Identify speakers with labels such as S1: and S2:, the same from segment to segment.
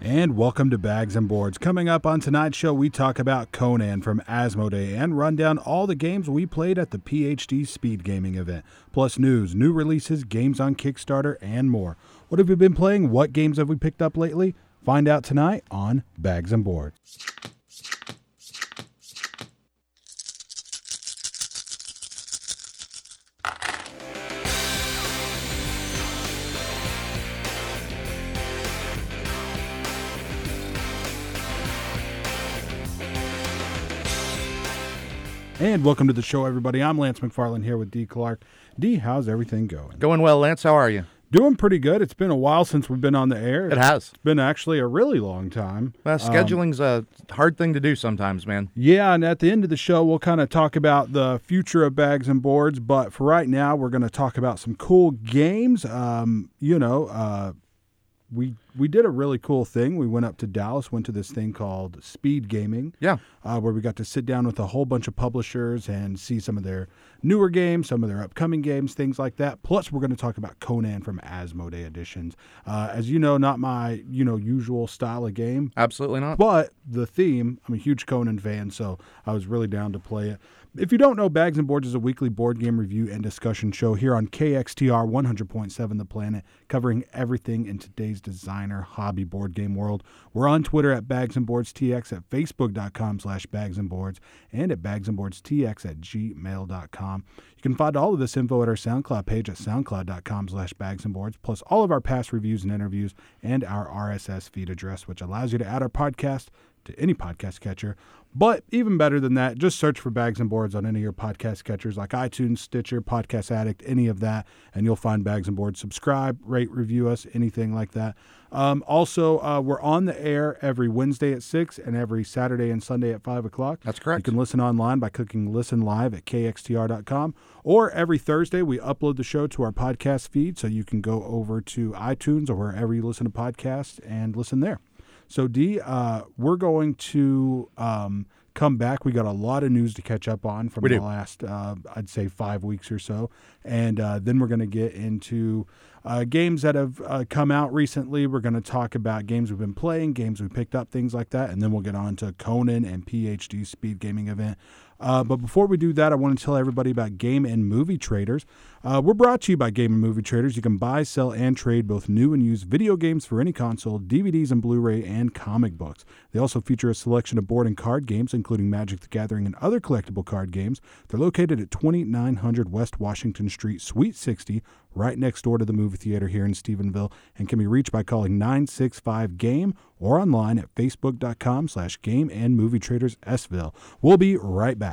S1: and welcome to Bags and Boards. Coming up on tonight's show, we talk about Conan from Asmodee and run down all the games we played at the PhD Speed Gaming event, plus news, new releases, games on Kickstarter, and more. What have we been playing? What games have we picked up lately? Find out tonight on Bags and Boards. And welcome to the show, everybody. I'm Lance McFarland here with D. Clark. D, how's everything going?
S2: Going well, Lance. How are you?
S1: Doing pretty good. It's been a while since we've been on the air.
S2: It has. Um,
S1: It's been actually a really long time.
S2: Well, Uh, scheduling's a hard thing to do sometimes, man.
S1: Yeah, and at the end of the show, we'll kind of talk about the future of bags and boards. But for right now, we're going to talk about some cool games. Um, you know, uh, we we did a really cool thing. We went up to Dallas, went to this thing called Speed Gaming.
S2: Yeah.
S1: uh, where we got to sit down with a whole bunch of publishers and see some of their newer games, some of their upcoming games, things like that. Plus, we're going to talk about Conan from Asmodee Editions. Uh, as you know, not my you know usual style of game,
S2: Absolutely not.
S1: but the theme, I'm a huge Conan fan, so I was really down to play it. If you don't know, Bags and Boards is a weekly board game review and discussion show here on KXTR 100.7 The Planet, covering everything in today's designer hobby board game world. We're on Twitter at Bags and Boards TX, at facebook.com slash bags and boards, and at bags and boards TX at gmail.com. You can find all of this info at our SoundCloud page at soundcloud.com slash bags and boards, plus all of our past reviews and interviews and our RSS feed address, which allows you to add our podcast to any podcast catcher. But even better than that, just search for Bags and Boards on any of your podcast catchers like iTunes, Stitcher, Podcast Addict, any of that, and you'll find Bags and Boards. Subscribe, rate, review us, anything like that. Um, also, uh, we're on the air every Wednesday at 6 and every Saturday and Sunday at 5 o'clock.
S2: That's correct.
S1: You can listen online by clicking Listen Live at KXTR.com. Or every Thursday, we upload the show to our podcast feed, so you can go over to iTunes or wherever you listen to podcasts and listen there. So, D, uh, we're going to um, come back. We got a lot of news to catch up on from
S2: We
S1: the
S2: do.
S1: last, uh, I'd say, five weeks or so. And uh, then we're going to get into uh, games that have uh, come out recently. We're going to talk about games we've been playing, games we picked up, things like that. And then we'll get on to Conan and PhD Speed Gaming event. Uh, but before we do that, I want to tell everybody about Game and Movie Traders. Uh, we're brought to you by Game and Movie Traders. You can buy, sell, and trade both new and used video games for any console, DVDs and Blu ray, and comic books. They also feature a selection of board and card games, including Magic the Gathering and other collectible card games. They're located at 2900 West Washington Street, Suite 60, right next door to the movie theater here in Stephenville, and can be reached by calling 965 Game or online at facebook.com slash game and movie traders Sville. We'll be right back.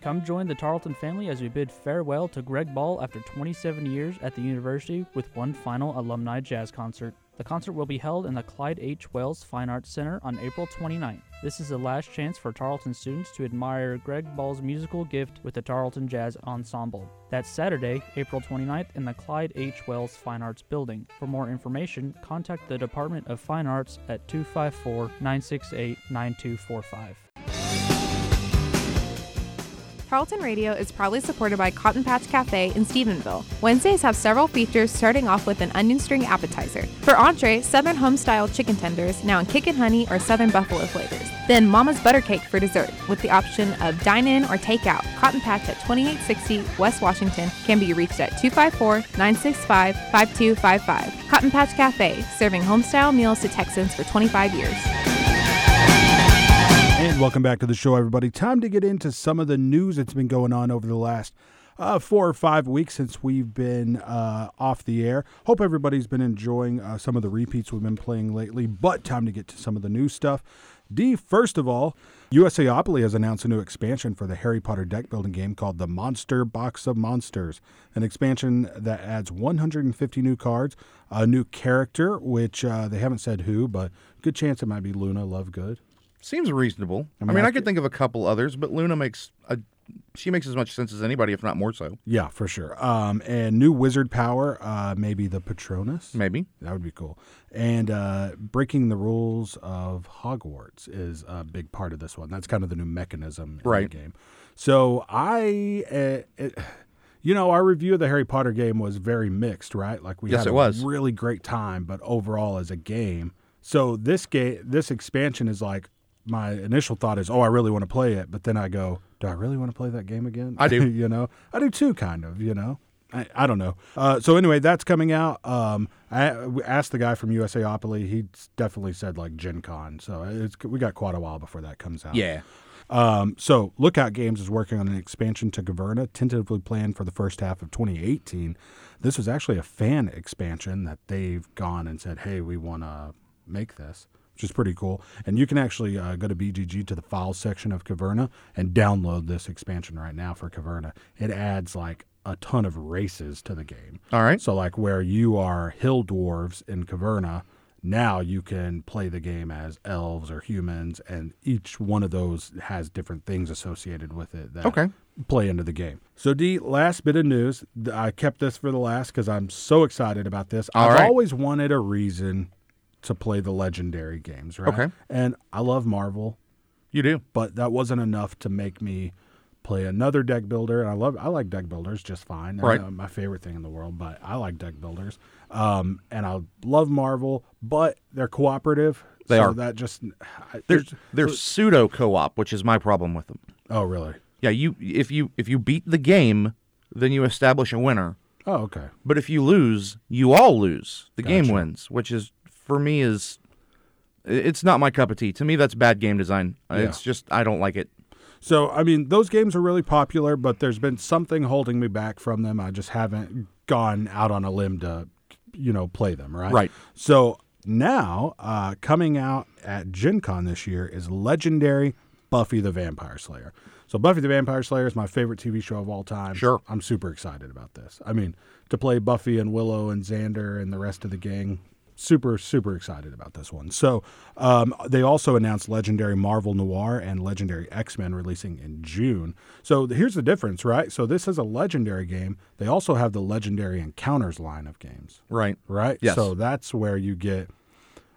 S3: Come join the Tarleton family as we bid farewell to Greg Ball after 27 years at the university with one final alumni jazz concert. The concert will be held in the Clyde H. Wells Fine Arts Center on April 29th. This is the last chance for Tarleton students to admire Greg Ball's musical gift with the Tarleton Jazz Ensemble. That's Saturday, April 29th, in the Clyde H. Wells Fine Arts Building. For more information, contact the Department of Fine Arts at 254 968 9245.
S4: Tarleton Radio is proudly supported by Cotton Patch Cafe in Stephenville. Wednesdays have several features starting off with an onion string appetizer. For entree, Southern home-style chicken tenders, now in kick and honey or Southern buffalo flavors. Then Mama's Butter Cake for dessert, with the option of dine-in or take-out. Cotton Patch at 2860 West Washington can be reached at 254-965-5255. Cotton Patch Cafe, serving home-style meals to Texans for 25 years.
S1: And welcome back to the show, everybody. Time to get into some of the news that's been going on over the last uh, four or five weeks since we've been uh, off the air. Hope everybody's been enjoying uh, some of the repeats we've been playing lately, but time to get to some of the new stuff. D, first of all, USAopoly has announced a new expansion for the Harry Potter deck building game called the Monster Box of Monsters, an expansion that adds 150 new cards, a new character, which uh, they haven't said who, but good chance it might be Luna Lovegood.
S2: Seems reasonable. I mean, I,
S1: mean, I
S2: could think of a couple others, but Luna makes a she makes as much sense as anybody, if not more so.
S1: Yeah, for sure. Um, and new wizard power, uh, maybe the Patronus.
S2: Maybe.
S1: That would be cool. And uh, breaking the rules of Hogwarts is a big part of this one. That's kind of the new mechanism in
S2: Right.
S1: the game. So I, uh, it, You know, our review of the Harry Potter game was very mixed, right? Like we
S2: Yes,
S1: had
S2: it
S1: a
S2: was.
S1: really great time, but overall as a game. So this game, this expansion is like my initial thought is, oh, I really want to play it, but then I go, do I really want to play that game again?
S2: I do.
S1: you know, I do too, kind of. You know. I, I don't know. Uh, so anyway, that's coming out. Um, I we asked the guy from USAopoly. He definitely said like Gen Con. So uh, it's, we got quite a while before that comes out.
S2: Yeah.
S1: Um, so, Lookout Games is working on an expansion to Governa, tentatively planned for the first half of 2018. This was actually a fan expansion that they've gone and said, hey, we want to make this, which is pretty cool. And you can actually uh, go to BGG to the files section of Caverna and download this expansion right now for Caverna. It adds like a ton of races to the game.
S2: All right.
S1: So, like where you are hill dwarves in Caverna, now you can play the game as elves or humans, and each one of those has different things associated with it that
S2: Okay.
S1: play into the game. So, D, last bit of news. Th- I kept this for the last because I'm so excited about this.
S2: All
S1: I've
S2: right.
S1: always wanted a reason to play the legendary games, right?
S2: Okay.
S1: And I love Marvel
S2: You do.
S1: but that wasn't enough to make me play another deck builder. And I love, I like deck builders just fine. They're
S2: Right.
S1: not my favorite thing in the world, but I like deck builders. Um, and I love Marvel, but they're cooperative.
S2: They
S1: so
S2: are.
S1: That just I-
S2: They're they're pseudo co-op, which is my problem with them.
S1: Oh, really?
S2: Yeah, you if you if you beat the game, then you establish a winner.
S1: Oh, okay.
S2: But if you lose, you all lose. The game wins, which is for me is it's not my cup of tea. To me, that's bad game design. It's just I don't like it.
S1: So, I mean, those games are really popular, but there's been something holding me back from them. I just haven't gone out on a limb to, you know, play them, right?
S2: Right.
S1: So now, uh, coming out at Gen Con this year is legendary Buffy the Vampire Slayer. So, Buffy the Vampire Slayer is my favorite TV show of all time.
S2: Sure.
S1: I'm super excited about this. I mean, to play Buffy and Willow and Xander and the rest of the gang, super, super excited about this one. So, um, they also announced Legendary Marvel Noir and Legendary X Men releasing in June. So, th- here's the difference, right? So, this is a legendary game. They also have the Legendary Encounters line of games,
S2: Right.
S1: right?
S2: Yes.
S1: So, that's where you get.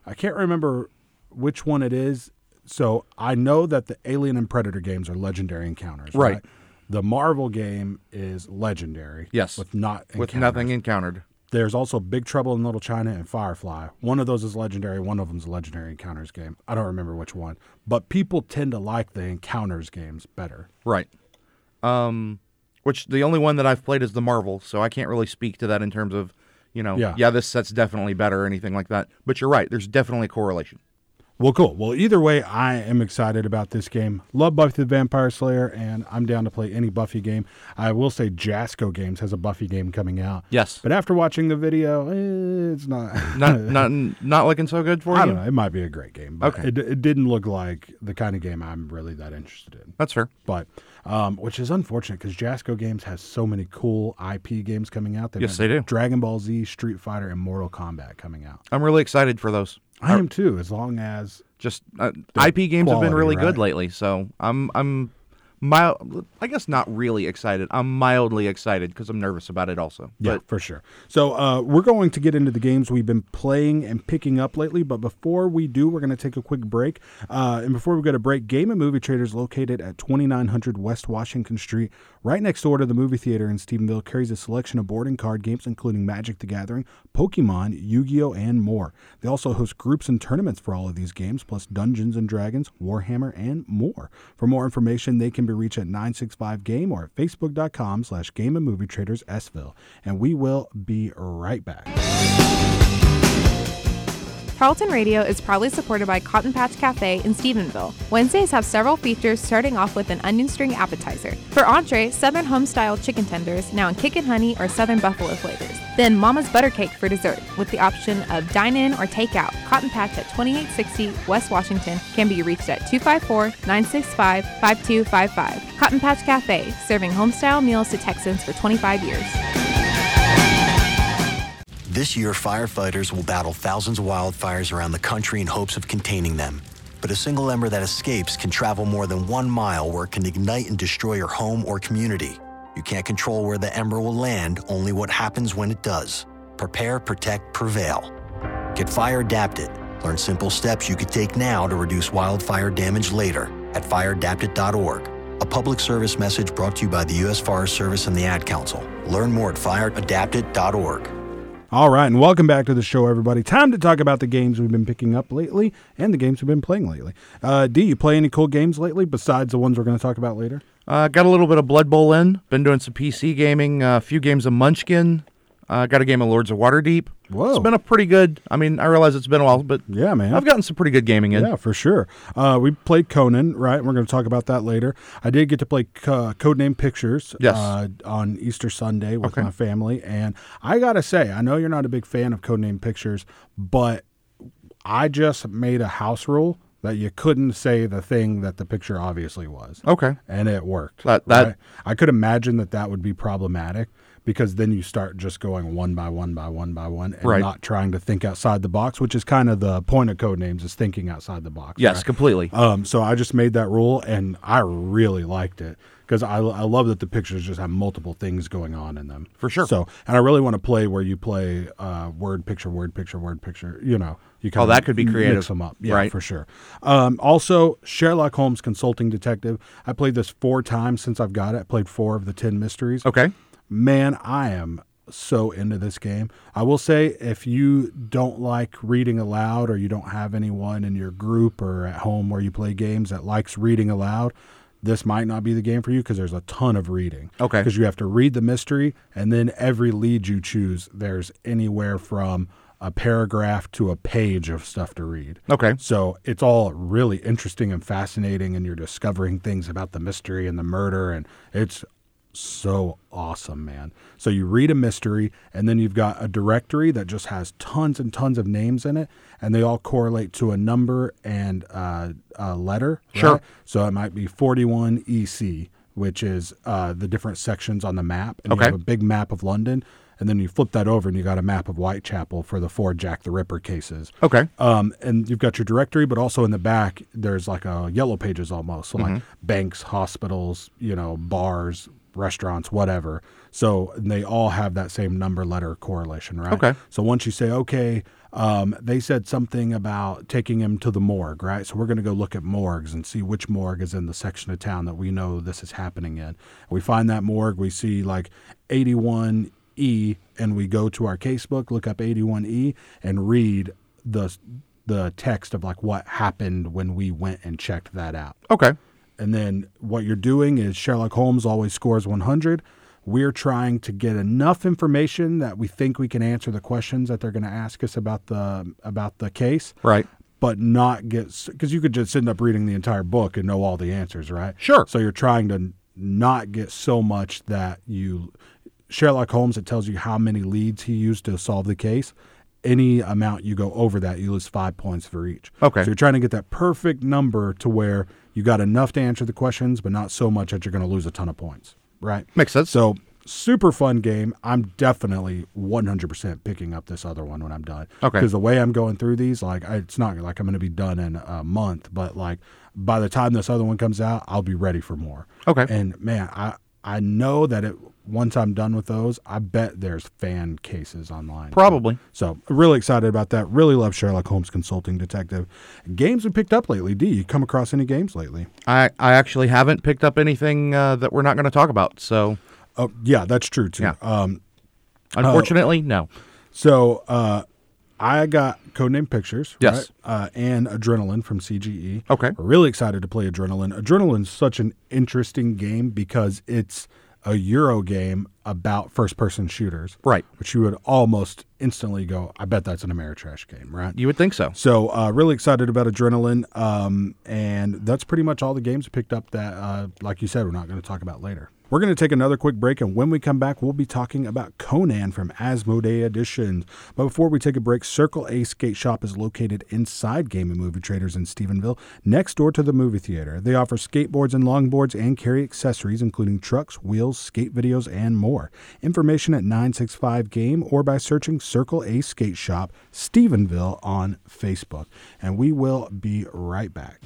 S1: I can't remember which one it is. So, I know that the Alien and Predator games are Legendary Encounters,
S2: Right.
S1: The Marvel game is legendary.
S2: Yes.
S1: With not
S2: With
S1: encounters.
S2: nothing encountered.
S1: There's also Big Trouble in Little China and Firefly. One of those is legendary. One of them's a legendary encounters game. I don't remember which one, but people tend to like the encounters games better.
S2: Right. Um, which the only one that I've played is the Marvel, so I can't really speak to that in terms of, you know,
S1: Yeah.
S2: this set's definitely better or anything like that. But you're right. There's definitely a correlation.
S1: Well, cool. Well, either way, I am excited about this game. Love Buffy the Vampire Slayer, and I'm down to play any Buffy game. I will say Jasco Games has a Buffy game coming out.
S2: Yes.
S1: But after watching the video, eh, it's not.
S2: Not not not looking so good for
S1: I
S2: you.
S1: don't know. It might be a great game, but
S2: Okay.
S1: it, it didn't look like the kind of game I'm really that interested in.
S2: That's fair.
S1: but um, which is unfortunate because Jasco Games has so many cool IP games coming out. They've
S2: Yes,
S1: got
S2: they do.
S1: Dragon Ball Z, Street Fighter, and Mortal Kombat coming out.
S2: I'm really excited for those.
S1: I am too, as long as
S2: Just uh, IP games have
S1: quality,
S2: been really
S1: right.
S2: good lately, so I'm I'm mild. I guess not really excited. I'm mildly excited because I'm nervous about it also.
S1: Yeah,
S2: But
S1: for sure. So uh, we're going to get into the games we've been playing and picking up lately. But before we do, we're going to take a quick break. Uh, and before we go to break, Game and Movie Traders, located at 2900 West Washington Street, right next door to the movie theater in Stephenville, carries a selection of board and card games, including Magic the Gathering, Pokemon, Yu-Gi-Oh, and more. They also host groups and tournaments for all of these games, plus Dungeons and Dragons, Warhammer, and more. For more information, they can be reached at 965Game or at facebook.com slash Game and Movie Traders Sville. And we will be right back.
S4: Tarleton Radio is proudly supported by Cotton Patch Cafe in Stephenville. Wednesdays have several features starting off with an onion string appetizer. For entree, Southern home-style chicken tenders, now in kick and honey or Southern buffalo flavors. Then Mama's Butter Cake for dessert, with the option of dine-in or take-out. Cotton Patch at 2860 West Washington can be reached at 254-965-5255. Cotton Patch Cafe, serving home-style meals to Texans for 25 years.
S5: This year, firefighters will battle thousands of wildfires around the country in hopes of containing them. But a single ember that escapes can travel more than one mile where it can ignite and destroy your home or community. You can't control where the ember will land, only what happens when it does. Prepare, protect, prevail. Get fire adapted. Learn simple steps you could take now to reduce wildfire damage later at fireadapted.org. A public service message brought to you by the U.S. Forest Service and the Ad Council. Learn more at fireadaptit.org.
S1: All right, and welcome back to the show, everybody. Time to talk about the games we've been picking up lately and the games we've been playing lately. Uh, D, you play any cool games lately besides the ones we're going to talk about later?
S2: Uh, got a little bit of Blood Bowl in. Been doing some PC gaming. uh, A few games of Munchkin. Uh, got a game of Lords of Waterdeep.
S1: Whoa.
S2: It's been a pretty good. I mean, I realize it's been a while, but
S1: Yeah, man.
S2: I've gotten some pretty good gaming in.
S1: Yeah, for sure. Uh, we played Conan, right? We're going to talk about that later. I did get to play C- uh, Codename Pictures
S2: Yes.
S1: uh, on Easter Sunday with
S2: Okay.
S1: my family. And I got to say, I know you're not a big fan of Codename Pictures, but I just made a house rule that you couldn't say the thing that the picture obviously was.
S2: Okay.
S1: And it worked.
S2: That- that-
S1: I could imagine that that would be problematic because then you start just going one by one by one by one and
S2: Right.
S1: not trying to think outside the box, which is kind of the point of code names is thinking outside the box.
S2: Yes,
S1: right?
S2: completely.
S1: Um, so I just made that rule and I really liked it because I, I love that the pictures just have multiple things going on in them.
S2: For sure.
S1: So, and I really want to play where you play uh, word, picture, word, picture, word, picture. You know, you kind
S2: Oh, that could be creative,
S1: them up. Yeah,
S2: right.
S1: for sure. Um, also, Sherlock Holmes Consulting Detective. I played this four times since I've got it. I played four of the 10 mysteries
S2: Okay.
S1: man, I am so into this game. I will say if you don't like reading aloud or you don't have anyone in your group or at home where you play games that likes reading aloud, this might not be the game for you because there's a ton of reading.
S2: Okay.
S1: Because you have to read the mystery and then every lead you choose, there's anywhere from a paragraph to a page of stuff to read.
S2: Okay.
S1: So it's all really interesting and fascinating, and you're discovering things about the mystery and the murder, and it's so awesome, man. So you read a mystery, and then you've got a directory that just has tons and tons of names in it, and they all correlate to a number and uh, a letter.
S2: Sure.
S1: right? So it might be 41 EC, which is uh, the different sections on the map, and
S2: Okay.
S1: you have a big map of London. And then you flip that over, and you got a map of Whitechapel for the four Jack the Ripper cases.
S2: Okay.
S1: Um, and you've got your directory, but also in the back there's like a yellow pages almost, so like banks, hospitals, you know, bars, restaurants, whatever. So and they all have that same number letter correlation, right?
S2: Okay.
S1: So once you say, okay, um, they said something about taking him to the morgue, right? So we're going to go look at morgues and see which morgue is in the section of town that we know this is happening in. We find that morgue, we see like 81E, and we go to our casebook, look up 81E, and read the the text of like what happened when we went and checked that out.
S2: Okay.
S1: And then what you're doing is Sherlock Holmes always scores 100. We're trying to get enough information that we think we can answer the questions that they're going to ask us about the about the case,
S2: Right.
S1: but not get because you could just end up reading the entire book and know all the answers, right?
S2: Sure.
S1: So you're trying to not get so much that you Sherlock Holmes. It tells you how many leads he used to solve the case. Any amount you go over that, you lose five points for each.
S2: Okay.
S1: So you're trying to get that perfect number to where you got enough to answer the questions, but not so much that you're going to lose a ton of points. Right.
S2: Makes sense.
S1: So super fun game. I'm definitely 100% picking up this other one when I'm done.
S2: Okay.
S1: Because the way I'm going through these, like I, it's not like I'm going to be done in a month, but like by the time this other one comes out, I'll be ready for more.
S2: Okay.
S1: And man, I I know that it once I'm done with those, I bet there's fan cases online.
S2: Probably.
S1: So really excited about that. Really love Sherlock Holmes Consulting Detective. Games we picked up lately. D, you come across any games lately?
S2: I, I actually haven't picked up anything uh, that we're not going to talk about. So,
S1: Oh yeah, that's true too.
S2: Yeah.
S1: Um,
S2: Oh. unfortunately, no.
S1: So uh, I got Codename Pictures,
S2: Yes.
S1: right? uh, and Adrenaline from CGE.
S2: Okay.
S1: really excited to play Adrenaline. Adrenaline's such an interesting game because it's a Euro game about first-person shooters,
S2: Right.
S1: Which you would almost instantly go, I bet that's an Ameritrash game, right?
S2: You would think so.
S1: So uh, really excited about Adrenaline, um, and that's pretty much all the games we picked up that, uh, like you said, we're not going to talk about later. We're going to take another quick break, and when we come back, we'll be talking about Conan from Asmodee Editions. But before we take a break, Circle A Skate Shop is located inside Game and Movie Traders in Stephenville, next door to the movie theater. They offer skateboards and longboards and carry accessories, including trucks, wheels, skate videos, and more. Information at 965 Game or by searching Circle A Skate Shop, Stephenville on Facebook. And we will be right back.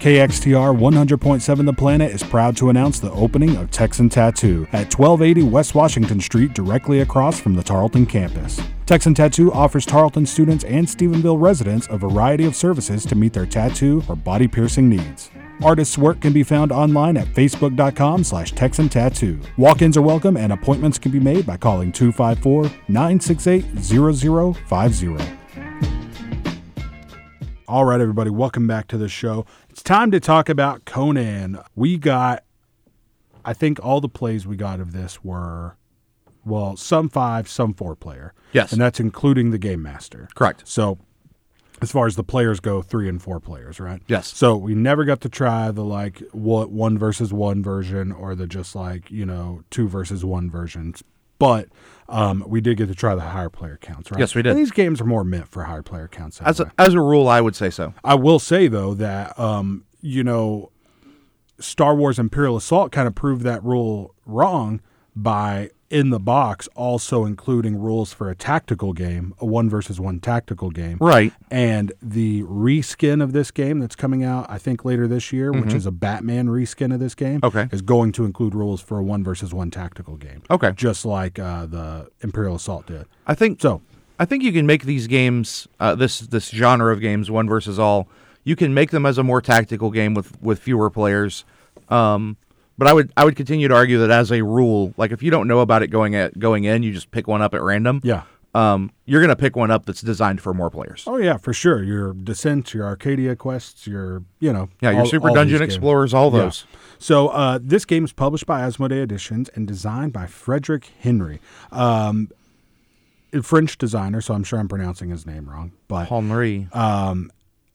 S1: KXTR 100.7 The Planet is proud to announce the opening of Texan Tattoo at 1280 West Washington Street, directly across from the Tarleton campus. Texan Tattoo offers Tarleton students and Stephenville residents a variety of services to meet their tattoo or body piercing needs. Artists' work can be found online at facebook.com slash Texan Tattoo. Walk-ins are welcome and appointments can be made by calling 254-968-0050. All right, everybody, welcome back to the show. It's time to talk about Conan. We got, I think all the plays we got of this were, well, some five, some four player.
S2: Yes.
S1: And that's including the Game Master.
S2: Correct.
S1: So, as far as the players go, three and four players, right?
S2: Yes.
S1: So we never got to try the like what one versus one version or the just like you know two versus one versions, but um, we did get to try the higher player counts, right?
S2: Yes, we did.
S1: And these games are more meant for higher player counts.
S2: As
S1: anyway.
S2: a, as a rule, I would say so.
S1: I will say though that um, you know, Star Wars Imperial Assault kind of proved that rule wrong by in the box also including rules for a tactical game, a one versus one tactical game.
S2: Right.
S1: And the reskin of this game that's coming out, I think later this year, which is a Batman reskin of this game,
S2: Mm-hmm. Okay.
S1: is going to include rules for a one versus one tactical game.
S2: Okay.
S1: just like uh, the Imperial Assault did.
S2: I think
S1: So
S2: I think you can make these games, uh, this this genre of games, one versus all. You can make them as a more tactical game with with fewer players. Um, but I would I would continue to argue that as a rule, like if you don't know about it going at going in, you just pick one up at random.
S1: Yeah.
S2: Um, you're gonna pick one up that's designed for more players.
S1: Oh yeah, for sure. Your descent, your Arcadia quests, your you know
S2: yeah, your
S1: all-
S2: Super
S1: all
S2: Dungeon
S1: these games.
S2: Explorers, all
S1: Yeah.
S2: those.
S1: So uh, this game is published by Asmodee Editions and designed by Frederick Henry, um, a French designer. So I'm sure I'm pronouncing his name wrong, but
S2: Henri.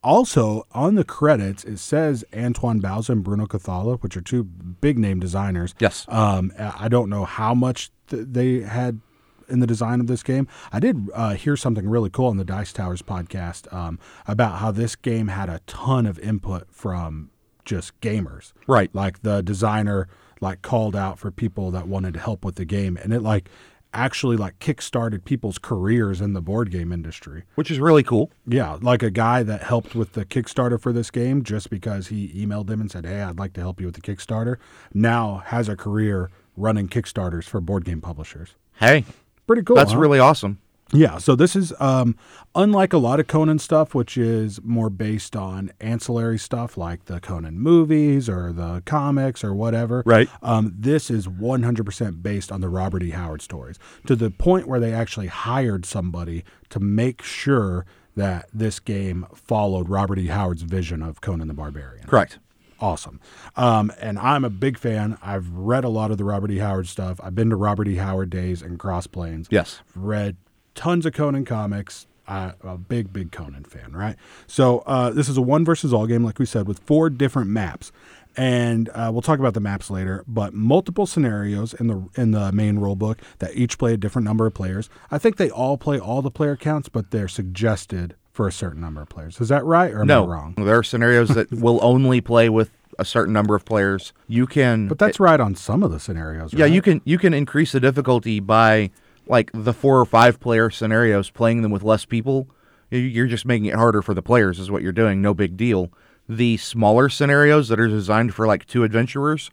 S1: also on the credits it says Antoine Bauza and Bruno Cathala, which are two big name designers.
S2: Yes.
S1: Um, I I don't know how much th- they had in the design of this game. I did uh, hear something really cool on the Dice Towers podcast um, about how this game had a ton of input from just gamers.
S2: Right.
S1: Like the designer like called out for people that wanted help with the game, and it like actually like kickstarted people's careers in the board game industry.
S2: which is really cool.
S1: Yeah, like a guy that helped with the Kickstarter for this game just because he emailed them and said, "Hey, I'd like to help you with the Kickstarter." Now has a career running Kickstarters for board game publishers.
S2: Hey,
S1: Pretty cool.
S2: that's
S1: huh?
S2: really awesome.
S1: Yeah, so this is um, unlike a lot of Conan stuff, which is more based on ancillary stuff like the Conan movies or the comics or whatever.
S2: Right.
S1: Um, this is 100% based on the Robert E. Howard stories to the point where they actually hired somebody to make sure that this game followed Robert E. Howard's vision of Conan the Barbarian
S2: Correct.
S1: awesome. Um, and I'm a big fan. I've read a lot of the Robert E. Howard stuff. I've been to Robert E. Howard days and Cross Plains.
S2: Yes.
S1: Read tons of Conan comics. I, a big, big Conan fan, right? So uh, this is a one versus all game, like we said, with four different maps. And uh, we'll talk about the maps later, but multiple scenarios in the in the main rule book that each play a different number of players. I think they all play all the player counts, but they're suggested for a certain number of players. Is that right or am
S2: No,
S1: I wrong?
S2: there are scenarios that will only play with a certain number of players. You can,
S1: But that's right on some of the scenarios.
S2: yeah,
S1: right?
S2: you can you can increase the difficulty by like the four or five player scenarios, playing them with less people. You- You're just making it harder for the players, is what you're doing. No big deal. The smaller scenarios that are designed for like two adventurers,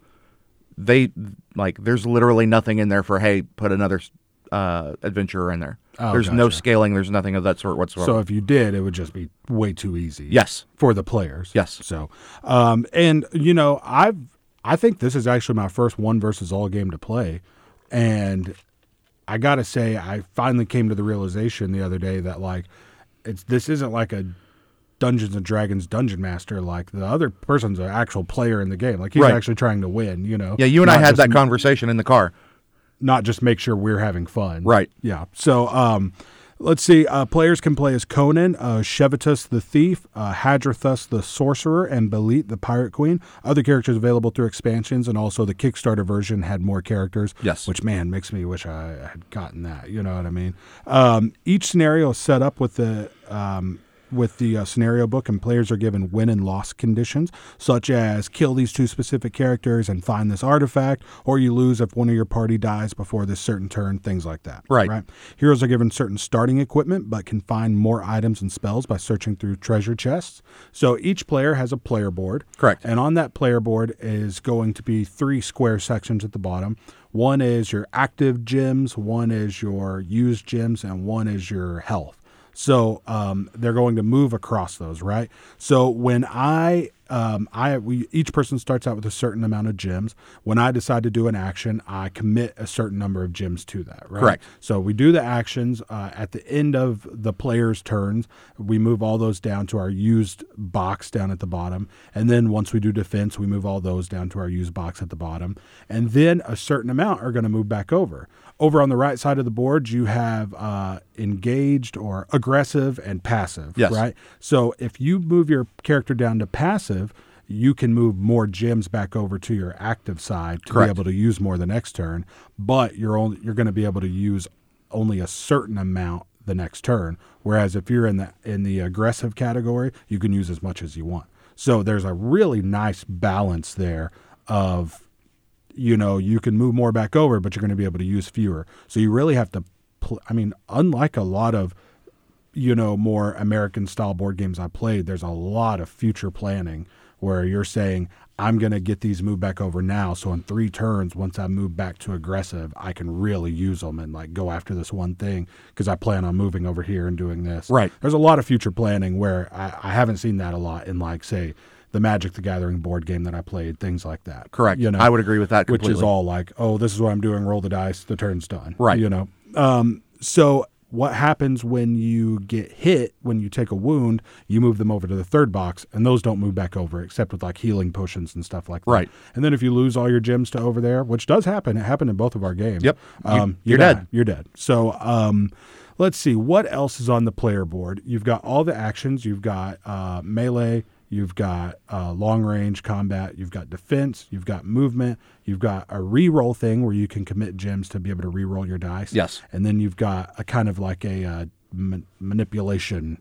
S2: they like there's literally nothing in there for hey, put another uh, adventurer in there.
S1: Oh,
S2: there's no
S1: gotcha.
S2: scaling. There's nothing of that sort whatsoever.
S1: So if you did, it would just be way too easy.
S2: yes,
S1: For the players.
S2: Yes.
S1: So, um, and you know, I've I think this is actually my first one versus all game to play, and I gotta say, I finally came to the realization the other day that like, it's this isn't like a Dungeons and Dragons dungeon master. Like the other person's an actual player in the game. Like he's
S2: Right.
S1: actually trying to win. You know.
S2: yeah. You and I
S1: Not
S2: had
S1: just
S2: that conversation in the car.
S1: not just make sure we're having fun.
S2: Right.
S1: Yeah. So, um, let's see. Uh, players can play as Conan, uh, Shevitus the Thief, uh, Hadrathus the Sorcerer, and Belit the Pirate Queen. Other characters available through expansions, and also the Kickstarter version had more characters.
S2: Yes.
S1: Which, man, makes me wish I had gotten that. You know what I mean? Um, each scenario is set up with the. Um, with the uh, scenario book, and players are given win and loss conditions, such as kill these two specific characters and find this artifact, or you lose if one of your party dies before this certain turn, things like that.
S2: Right.
S1: Heroes are given certain starting equipment, but can find more items and spells by searching through treasure chests. So each player has a player board.
S2: Correct.
S1: And on that player board is going to be three square sections at the bottom. One is your active gems, one is your used gems, and one is your health. So um, they're going to move across those, right? So when I Um, I we each person starts out with a certain amount of gems. When I decide to do an action, I commit a certain number of gems to that. Right.
S2: Correct.
S1: So we do the actions uh, at the end of the player's turns. We move all those down to our used box down at the bottom, and then once we do defense, we move all those down to our used box at the bottom, and then a certain amount are going to move back over. Over on the right side of the board, you have uh, engaged or aggressive and passive.
S2: Yes.
S1: Right. So if you move your character down to passive. You can move more gems back over to your active side to
S2: Correct.
S1: be able to use more the next turn, but you're only you're going to be able to use only a certain amount the next turn. Whereas if you're in the in the aggressive category, you can use as much as you want. So there's a really nice balance there of you know you can move more back over, but you're going to be able to use fewer. So you really have to. Pl- I mean, unlike a lot of you know, more American style board games I played, there's a lot of future planning where you're saying, I'm going to get these moved back over now. So in three turns, once I move back to aggressive, I can really use them and like go after this one thing because I plan on moving over here and doing this.
S2: Right.
S1: There's a lot of future planning where I, I haven't seen that a lot in like, say, the Magic the Gathering board game that I played, things like that.
S2: Correct. I would agree with that
S1: Which is
S2: completely.
S1: all like, oh, this is what I'm doing, roll the dice, the turn's done.
S2: Right.
S1: You know, Um, so what happens when you get hit when you take a wound you move them over to the third box and those don't move back over except with like healing potions and stuff like that
S2: Right.
S1: and then if you lose all your gems to over there which does happen it happened in both of our games
S2: Yep. You-
S1: um, you
S2: you're
S1: die.
S2: dead.
S1: you're dead so um, let's see what else is on the player board you've got all the actions you've got uh, melee you've got uh, long range combat you've got defense you've got movement you've got a reroll thing where you can commit gems to be able to reroll your dice
S2: Yes.
S1: and then you've got a kind of like a uh, ma- manipulation.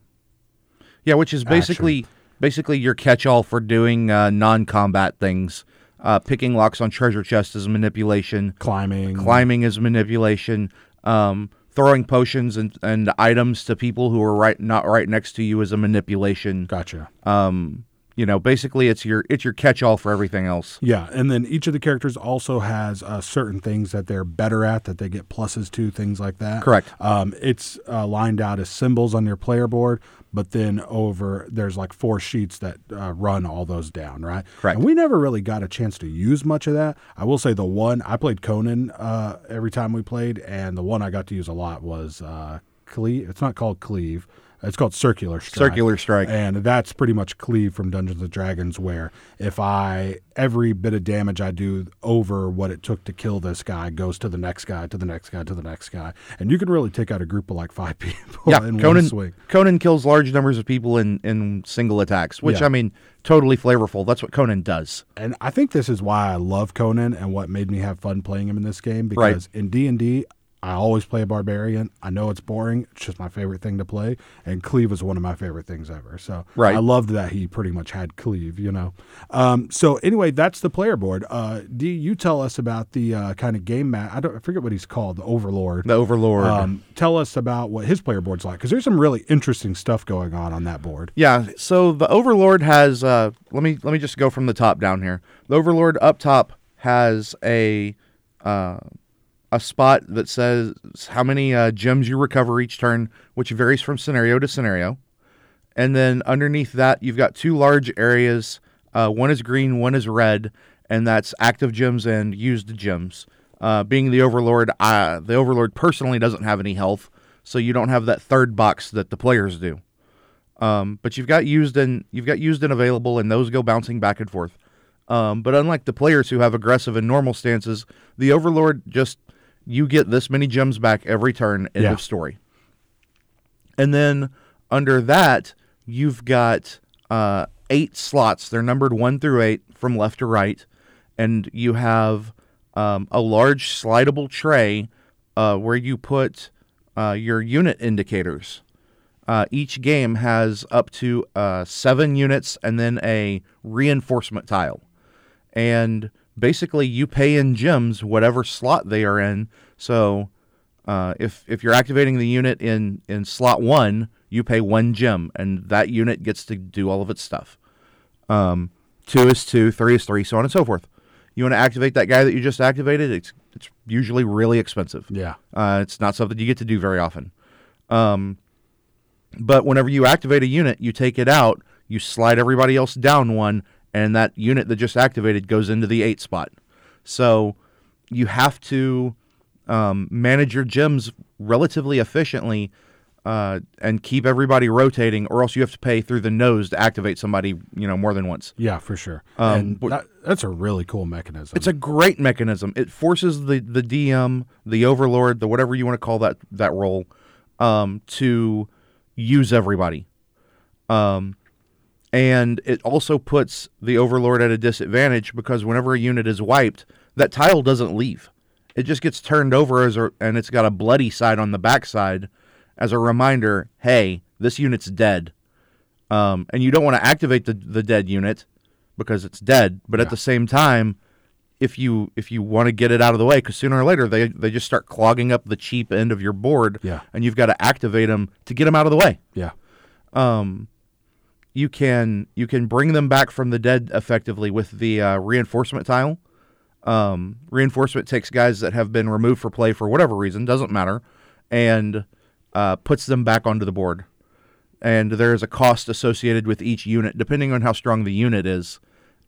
S2: Yeah, which
S1: Ah,
S2: is basically basically your catch-all for doing uh, non-combat things. Uh, picking locks on treasure chests is manipulation.
S1: Climbing.
S2: Climbing is manipulation. Um, throwing potions and, and items to people who are right not right next to you is a manipulation.
S1: Gotcha.
S2: Um, you know, basically it's your it's your catch-all for everything else.
S1: Yeah, and then each of the characters also has uh, certain things that they're better at that they get pluses to, things like that.
S2: Correct.
S1: Um, it's uh, lined out as symbols on your player board, but then over there's like four sheets that uh, run all those down, right?
S2: Correct.
S1: And we never really got a chance to use much of that. I will say the one I played Conan uh, every time we played, and the one I got to use a lot was uh, cleave. It's not called cleave. It's called circular strike.
S2: Circular strike.
S1: And that's pretty much Cleave from Dungeons and Dragons, where if I every bit of damage I do over what it took to kill this guy goes to the next guy, to the next guy, to the next guy, and you can really take out a group of like five people
S2: Yeah,
S1: in
S2: Conan
S1: one swing.
S2: Conan kills large numbers of people in in single attacks, which
S1: Yeah.
S2: I mean, totally flavorful. That's what Conan does.
S1: And I think this is why I love Conan and what made me have fun playing him in this game
S2: Right.
S1: because in D and D. I always play a barbarian. I know it's boring. It's just my favorite thing to play. And Cleave is one of my favorite things ever. So
S2: Right.
S1: I loved that he pretty much had Cleave, you know. Um, so anyway, that's the player board. Uh, D, you tell us about the uh, kind of game map. I don't I forget what he's called, the Overlord.
S2: The Overlord.
S1: Um, tell us about what his player board's like because there's some really interesting stuff going on on that board.
S2: Yeah. So the Overlord has. Uh, let me let me just go from the top down here. The Overlord up top has a uh, a spot that says how many uh, gems you recover each turn, which varies from scenario to scenario. And then underneath that, you've got two large areas. Uh, one is green, one is red, and that's active gems and used gems. Uh, being the overlord, uh, the overlord personally doesn't have any health, so you don't have that third box that the players do. Um, but you've got used and you've got used and available, and those go bouncing back and forth. Um, but unlike the players who have aggressive and normal stances, the overlord just you get this many gems back every turn. End
S1: Yeah.
S2: of story. And then under that, you've got uh, eight slots. They're numbered one through eight from left to right. And you have um, a large slidable tray uh, where you put uh, your unit indicators. Uh, each game has up to uh, seven units and then a reinforcement tile and basically you pay in gems whatever slot they are in. So uh, if if you're activating the unit in in slot one, you pay one gem, and that unit gets to do all of its stuff. Um, two is two, three is three, so on and so forth. You want to activate that guy that you just activated? It's it's usually really expensive.
S1: Yeah.
S2: Uh, it's not something you get to do very often. Um, but whenever you activate a unit, you take it out, you slide everybody else down one, and that unit that just activated goes into the eight spot. So you have to um, manage your gems relatively efficiently uh, and keep everybody rotating, or else you have to pay through the nose to activate somebody, you know, more than once.
S1: Yeah, for sure.
S2: Um,
S1: and
S2: but-
S1: that, that's a really cool mechanism.
S2: It's a great mechanism. It forces the the DM, the overlord, the whatever you want to call that that role, um, to use everybody. Um, and it also puts the overlord at a disadvantage because whenever a unit is wiped, that tile doesn't leave. It just gets turned over as a, and it's got a bloody side on the backside as a reminder. Hey, this unit's dead. Um, and you don't want to activate the, the dead unit because it's dead. But at the same time, if you if you want to get it out of the way, because sooner or later they they just start clogging up the cheap end of your board.
S1: Yeah.
S2: And you've got to activate them to get them out of the way
S1: yeah.
S2: you can you can bring them back from the dead effectively with the uh, reinforcement tile. Um, reinforcement takes guys that have been removed for play for whatever reason, doesn't matter, and uh, puts them back onto the board. And there is a cost associated with each unit, depending on how strong the unit is.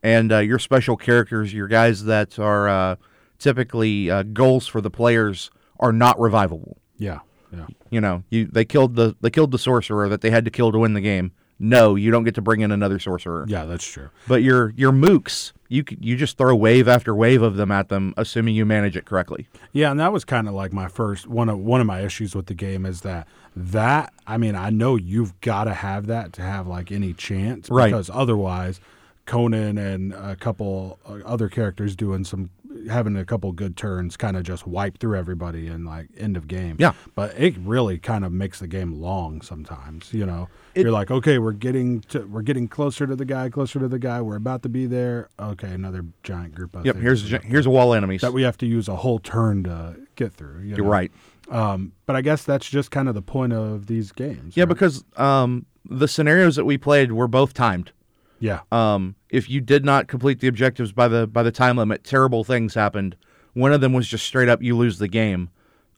S2: And uh, your special characters, your guys that are uh, typically uh, goals for the players, are not revivable
S1: Yeah. Yeah.
S2: you know, you they killed the they killed the sorcerer that they had to kill to win the game. No, you don't get to bring in another sorcerer.
S1: Yeah, that's true.
S2: But your your mooks, you c- you just throw wave after wave of them at them, assuming you manage it correctly.
S1: Yeah, and that was kind of like my first one of one of my issues with the game is that that I mean I know you've got to have that to have like any chance
S2: Right.
S1: because otherwise Conan and a couple uh, other characters doing some having a couple good turns kind of just wipe through everybody and like end of game.
S2: Yeah.
S1: but it really kind of makes the game long sometimes. You know,
S2: It-
S1: you're like okay, we're getting to we're getting closer to the guy, closer to the guy. We're about to be there. Okay, another giant group. Up
S2: Yep.
S1: there
S2: Here's a, gen- here's a wall enemies.
S1: that we have to use a whole turn to get through. you
S2: You're
S1: know?
S2: right.
S1: Um, but I guess that's just kind of the point of these games.
S2: Yeah,
S1: right?
S2: because um the scenarios that we played were both timed.
S1: yeah,
S2: Um, if you did not complete the objectives by the by the time limit, terrible things happened. One of them was just straight up you lose the game.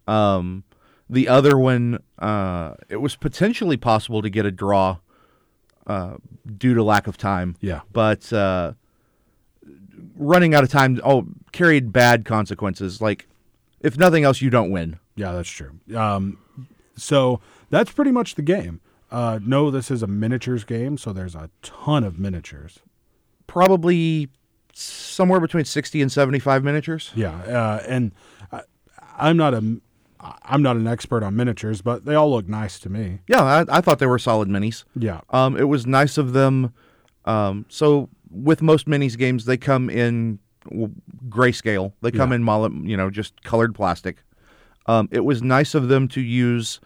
S2: Um, the other one, uh, it was potentially possible to get a draw uh, due to lack of time.
S1: Yeah.
S2: but uh, running out of time oh carried bad consequences. Like if nothing else, you don't win.
S1: yeah, that's true. Um, so that's pretty much the game. Uh, no, this is a miniatures game, so there's a ton of miniatures.
S2: Probably somewhere between sixty and seventy-five miniatures.
S1: Yeah, uh, and I, I'm not a I'm not an expert on miniatures, but they all look nice to me.
S2: Yeah, I, I thought they were solid minis.
S1: Yeah,
S2: Um, it was nice of them. Um, so with most minis games, they come in w- grayscale. They come in moly, you know, just colored plastic. Um, it was nice of them to use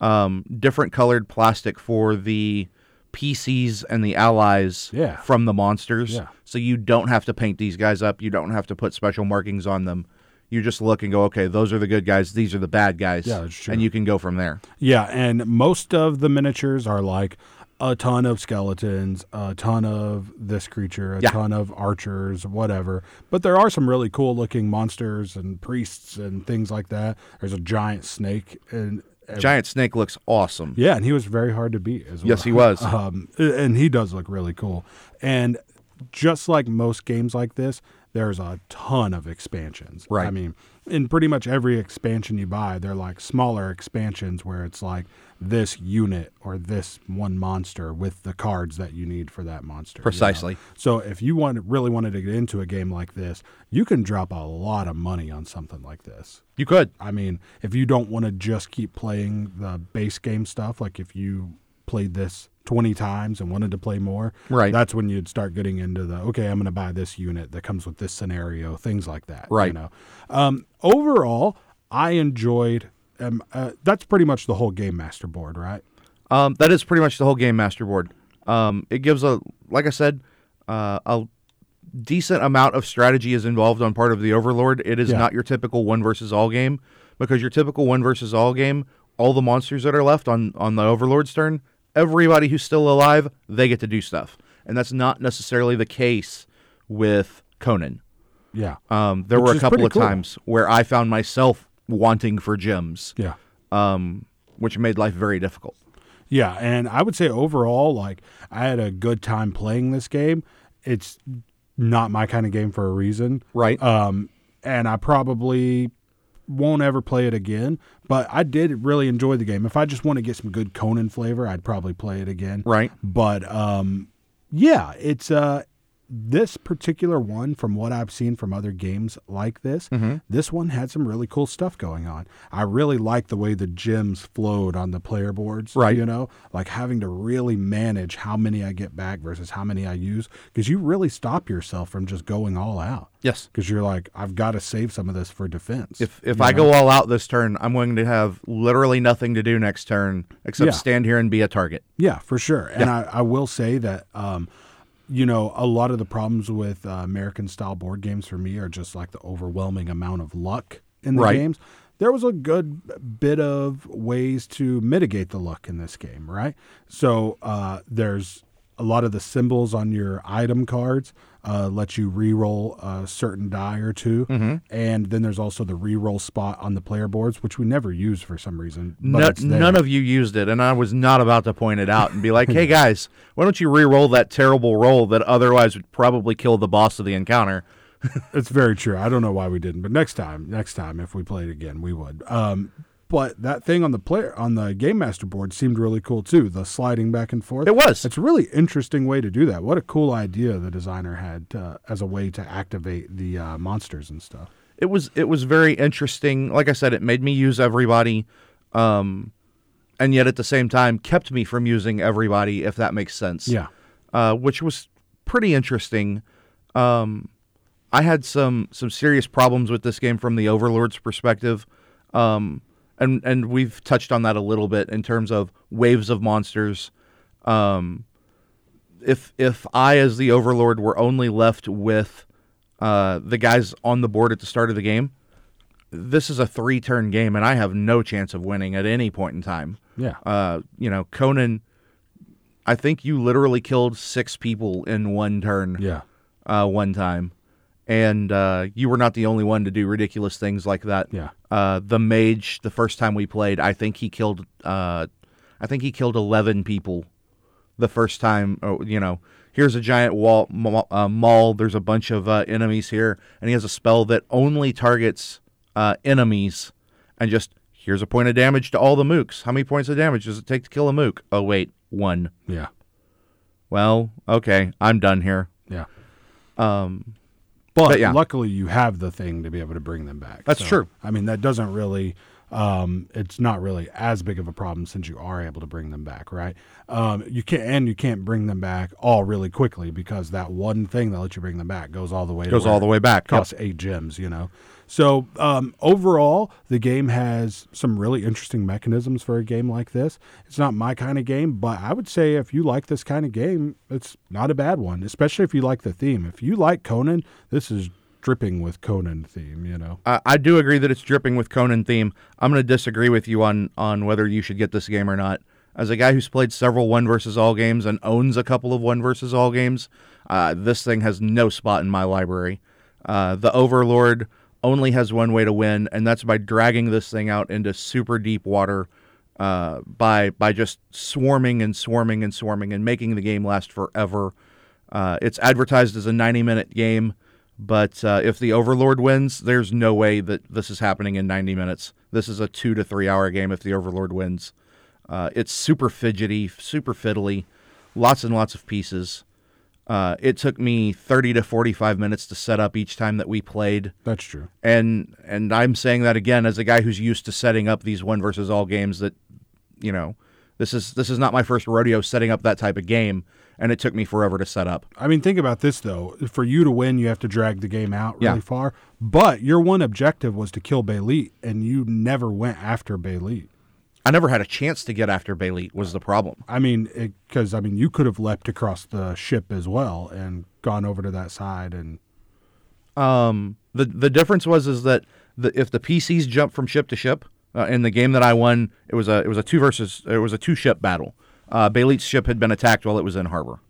S2: um, different colored plastic for the PCs and the allies
S1: Yeah.
S2: from the monsters.
S1: Yeah.
S2: So you don't have to paint these guys up. You don't have to put special markings on them. You just look and go, okay, those are the good guys. These are the bad guys.
S1: Yeah, that's true.
S2: And you can go from there.
S1: Yeah, and most of the miniatures are like a ton of skeletons, a ton of this creature, a
S2: Yeah.
S1: ton of archers, whatever. But there are some really cool looking monsters and priests and things like that. There's a giant snake and and-
S2: Giant Snake looks awesome.
S1: yeah, and he was very hard to beat as well.
S2: Yes, he was.
S1: Um, and he does look really cool. And just like most games like this, there's a ton of expansions.
S2: Right.
S1: I mean, in pretty much every expansion you buy, they're like smaller expansions where it's like this unit or this one monster with the cards that you need for that monster. you know?
S2: Precisely.
S1: So if you want really wanted to get into a game like this, you can drop a lot of money on something like this.
S2: You could.
S1: I mean, if you don't want to just keep playing the base game stuff, like if you played this 20 times and wanted to play more,
S2: Right.
S1: that's when you'd start getting into the okay, I'm going to buy this unit that comes with this scenario, things like that. You
S2: Right.
S1: know, um, overall, I enjoyed. Um, uh, that's pretty much the whole game master board, right?
S2: Um, that is pretty much the whole game master board. Um, it gives a, like I said, uh, a decent amount of strategy is involved on part of the overlord. It is
S1: Yeah.
S2: not your typical one versus all game because your typical one versus all game, all the monsters that are left on on the overlord's turn, everybody who's still alive, they get to do stuff, and that's not necessarily the case with Conan.
S1: Yeah.
S2: Um, there
S1: Which
S2: were a
S1: is
S2: couple
S1: pretty
S2: of
S1: cool.
S2: times where I found myself wanting for gems,
S1: yeah.
S2: um, which made life very difficult.
S1: Yeah, and I would say overall, like I had a good time playing this game. it's not my kind of game for a reason.
S2: Right.
S1: Um, and I probably won't ever play it again. But I did really enjoy the game. If I just want to get some good Conan flavor, I'd probably play it again.
S2: Right.
S1: But um, yeah, it's uh, this particular one, from what I've seen from other games like this,
S2: Mm-hmm.
S1: this one had some really cool stuff going on. I really liked the way the gems flowed on the player boards.
S2: Right.
S1: You know, like having to really manage how many I get back versus how many I use, because you really stop yourself from just going all out.
S2: Yes.
S1: Because you're like, I've got to save some of this for defense.
S2: If if I go all out this turn, I'm going to have literally nothing to do next turn except
S1: Yeah.
S2: stand here and be a target.
S1: Yeah, for sure. And I, I will say that, um, you know, a lot of the problems with uh, American style board games for me are just like the overwhelming amount of luck in the
S2: Right.
S1: games. There was a good bit of ways to mitigate the luck in this game, right? So uh, there's a lot of the symbols on your item cards uh, let you re-roll a certain die or 2
S2: Mm-hmm.
S1: and then there's also the re-roll spot on the player boards, which we never use for some reason. but
S2: No,
S1: it's there.
S2: none of you used it, and I was not about to point it out and be like, "Hey guys, why don't you re-roll that terrible roll that otherwise would probably kill the boss of the encounter?"
S1: It's very true. I don't know why we didn't, but next time, next time, if we played again, we would. Um, but that thing on the player on the game master board seemed really cool too. The sliding back and forth.
S2: It was.
S1: It's a really interesting way to do that. What a cool idea the designer had uh, as a way to activate the uh, monsters and stuff.
S2: it was it was very interesting. Like I said, it made me use everybody, um, and yet at the same time kept me from using everybody, if that makes sense.
S1: Yeah.
S2: uh, which was pretty interesting. Um, I had some some serious problems with this game from the Overlord's perspective, um, and and we've touched on that a little bit in terms of waves of monsters. Um, if if I as the Overlord were only left with uh, the guys on the board at the start of the game, this is a three turn game, and I have no chance of winning at any point in time
S1: Yeah.
S2: uh, you know, Conan, I think you literally killed six people in one turn,
S1: yeah.
S2: uh, one time. And uh, you were not the only one to do ridiculous things like that.
S1: Yeah.
S2: Uh, the mage, the first time we played, I think he killed, uh, I think he killed 11 people the first time. Oh, you know, here's a giant wall, ma- uh, mall. There's a bunch of uh, enemies here. And he has a spell that only targets uh, enemies and just here's a point of damage to all the mooks. How many points of damage does it take to kill a mook? Oh, wait, one.
S1: Yeah.
S2: Well, okay, I'm done here.
S1: Yeah.
S2: Um,
S1: But,
S2: But yeah.
S1: luckily, you have the thing to be able to bring them back.
S2: That's true.
S1: I mean, that doesn't really, um, it's not really as big of a problem since you are able to bring them back, right? Um, you can't, and you can't bring them back all really quickly because that one thing that lets you bring them back goes all the way. to
S2: goes all
S1: where
S2: the way back. Yep.
S1: costs eight gems, you know. So um, overall, the game has some really interesting mechanisms for a game like this. It's not my kind of game, but I would say if you like this kind of game, it's not a bad one, especially if you like the theme. If you like Conan, this is dripping with Conan theme, you know.
S2: I, I do agree that it's dripping with Conan theme. I'm going to disagree with you on on whether you should get this game or not. As a guy who's played several one versus all games and owns a couple of one versus all games, uh, this thing has no spot in my library. Uh, the Overlord only has one way to win, and that's by dragging this thing out into super deep water uh, by by just swarming and swarming and swarming and making the game last forever. Uh, it's advertised as a 90 minute game, but uh, if the Overlord wins, there's no way that this is happening in 90 minutes. This is a two to three hour game if the Overlord wins. Uh, it's super fidgety, super fiddly, lots and lots of pieces. Uh, it took me 30 to 45 minutes to set up each time that we played
S1: That's true.
S2: and and I'm saying that again as a guy who's used to setting up these one versus all games that you know this is this is not my first rodeo setting up that type of game and it took me forever to set up.
S1: I mean, think about this though. For you to win, you have to drag the game out really
S2: Yeah.
S1: far. But your one objective was to kill Bailey, and you never went after Bailey.
S2: I never had a chance to get after Bailey was the problem.
S1: I mean, because I mean, you could have leapt across the ship as well and gone over to that side, and
S2: Um the the difference was is that the, if the PCs jump from ship to ship uh, in the game that I won, it was a it was a two versus it was a two ship battle. Uh, Bailey's ship had been attacked while it was in harbor.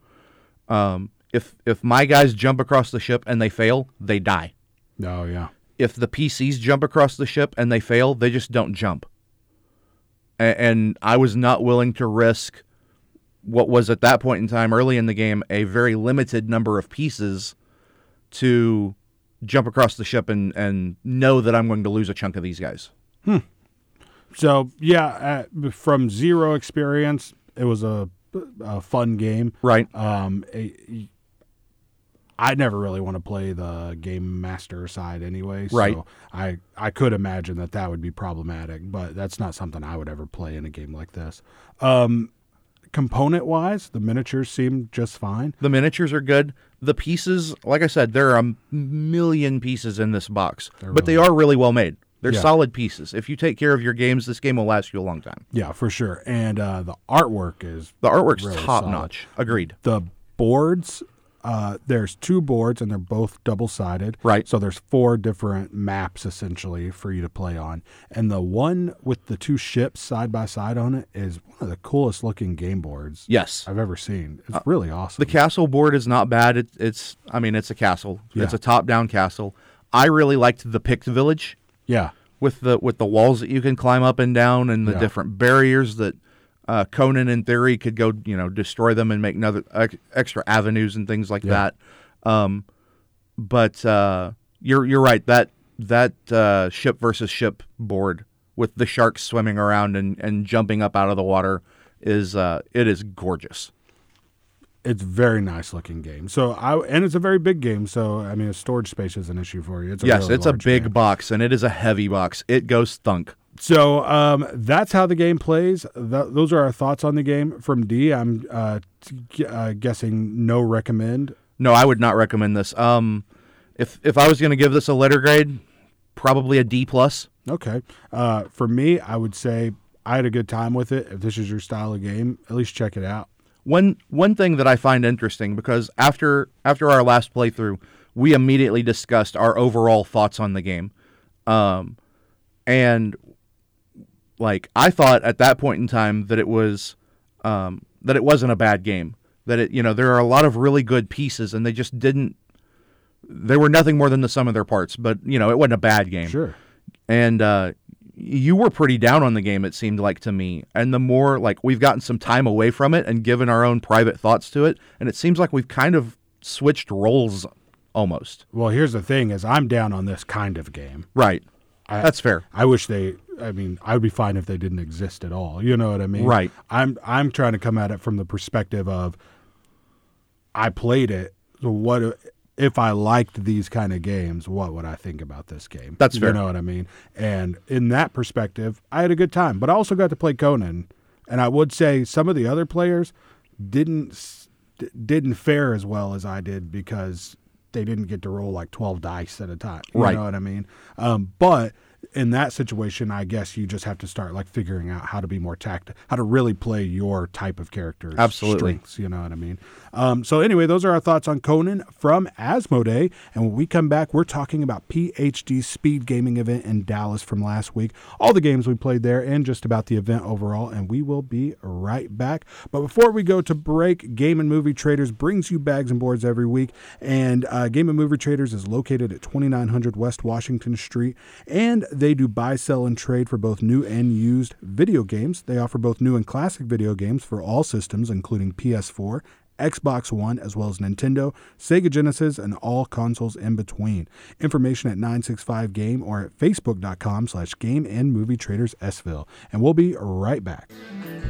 S2: Um, if if my guys jump across the ship and they fail, they die.
S1: oh yeah,
S2: if the PCs jump across the ship and they fail, they just don't jump. A- And I was not willing to risk what was at that point in time early in the game a very limited number of pieces to jump across the ship and, and know that I'm going to lose a chunk of these guys.
S1: So yeah, uh, from zero experience, it was a, a fun game.
S2: Right.
S1: Um, it- I never really want to play the game master side anyway. So
S2: Right.
S1: I I could imagine that that would be problematic, but that's not something I would ever play in a game like this. Um, component wise, the miniatures seem just fine.
S2: The miniatures are good. The pieces, like I said, there are a million pieces in this box, but they are really well made. They're
S1: Yeah.
S2: solid pieces. If you take care of your games, this game will last you a long time.
S1: Yeah, for sure. And uh, the artwork is
S2: The artwork's
S1: Really
S2: top
S1: solid.
S2: notch. Agreed.
S1: the boards uh, there's two boards and they're both double sided.
S2: Right.
S1: So there's four different maps essentially for you to play on. And the one with the two ships side by side on it is one of the coolest looking game boards
S2: Yes. Uh,
S1: I've ever seen. It's really awesome.
S2: The castle board is not bad. It, it's, I mean, it's a castle. It's a top-down castle. I really liked the Pict Village
S1: yeah.
S2: with the with the walls that you can climb up and down, and the
S1: Yeah.
S2: different barriers that uh, Conan, in theory, could go, you know, destroy them and make another ex- extra avenues and things like that. Um, but uh, you're you're right that that uh, ship versus ship board with the sharks swimming around and, and jumping up out of the water is uh, it is gorgeous.
S1: It's very nice looking game. So I and it's a very big game. So I mean, storage space is an issue for you. It's a
S2: yes,
S1: really
S2: it's a
S1: large
S2: big
S1: game.
S2: box and it is a heavy box. It goes thunk.
S1: So um, that's how the game plays. Th- those are our thoughts on the game. From D, I'm uh, t- gu- uh, guessing no recommend.
S2: No, I would not recommend this. Um, if if I was going to give this a letter grade, probably a D plus.
S1: Okay. Uh, for me, I would say I had a good time with it. If this is your style of game, at least check it out.
S2: One one thing that I find interesting because after after our last playthrough, we immediately discussed our overall thoughts on the game, um, and like I thought at that point in time that it was um, that it wasn't a bad game. That it you know there are a lot of really good pieces and they just didn't. They were nothing more than the sum of their parts, but you know it wasn't a bad game.
S1: Sure.
S2: and uh, you were pretty down on the game. It seemed like to me, and the more like we've gotten some time away from it and given our own private thoughts to it, and it seems like we've kind of switched roles almost.
S1: Well, here's the thing: is I'm down on this kind of game.
S2: Right. That's fair.
S1: I wish they. I mean, I would be fine if they didn't exist at all. You know what I mean?
S2: Right.
S1: I'm I'm trying to come at it from the perspective of I played it. So what if I liked these kind of games? What would I think about this game?
S2: That's fair.
S1: You know what I mean? And in that perspective, I had a good time, but I also got to play Conan, and I would say some of the other players didn't s- d- didn't fare as well as I did because they didn't get to roll like 12 dice at a time. You
S2: Right.
S1: know what I mean? Um, but in that situation, I guess you just have to start like figuring out how to be more tact, how to really play your type of character.
S2: Absolutely.
S1: strengths, you know what I mean? Um, so anyway, those are our thoughts on Conan from Asmodee. And when we come back, we're talking about PhD's speed gaming event in Dallas from last week, all the games we played there, and just about the event overall. And we will be right back. But before we go to break, Game and Movie Traders brings you bags and boards every week. And uh, Game and Movie Traders is located at 2900 West Washington Street. And they do buy, sell, and trade for both new and used video games. They offer both new and classic video games for all systems, including PS4, Xbox One, as well as Nintendo, Sega Genesis, and all consoles in between. Information at 965game or at facebook.com slash game and movie traders Sville. And we'll be right back.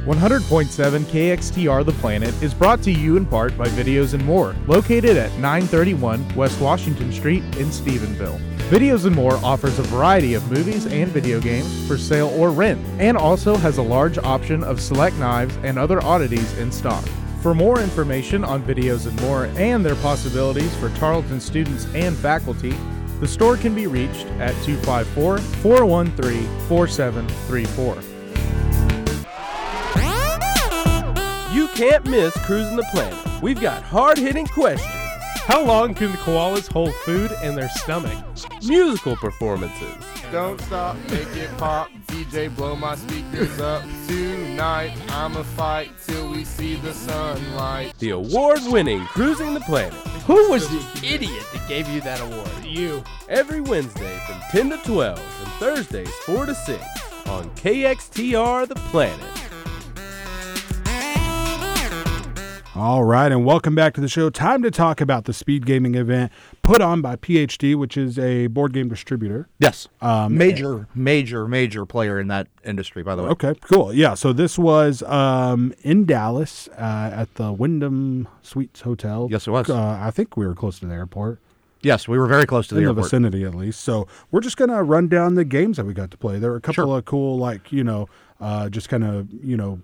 S6: 100.7 KXTR The Planet is brought to you in part by Videos and More, located at 931 West Washington Street in Stephenville. Videos and More offers a variety of movies and video games for sale or rent, and also has a large option of select knives and other oddities in stock. For more information on Videos and More and their possibilities for Tarleton students and faculty, the store can be reached at 254 413 4734.
S7: You can't miss Cruising the Planet. We've got hard hitting questions,
S6: How long can the koalas hold food in their stomach?
S7: musical performances,
S8: Don't stop, make it pop. DJ, blow my speakers up. Tonight, I'ma fight till we see the sunlight.
S7: the award winning Cruising the Planet. Who was the idiot that gave you that award? You. Every Wednesday from 10 to 12 and Thursdays 4 to 6 on KXTR The Planet.
S1: All right, and welcome back to the show. Time to talk about the speed gaming event put on by PhD, which is a board game distributor.
S2: Yes. major, major, major player in that industry, by the way.
S1: Okay, cool. Yeah, so this was um, in Dallas uh, at the Wyndham Suites Hotel.
S2: Yes, it was.
S1: Uh, I think we were close to the airport,
S2: Yes, we were very close to the
S1: in the
S2: airport.
S1: vicinity at least. So we're just gonna run down the games that we got to play. There were a couple
S2: Sure.
S1: of cool, like you know, uh, just kind of you know,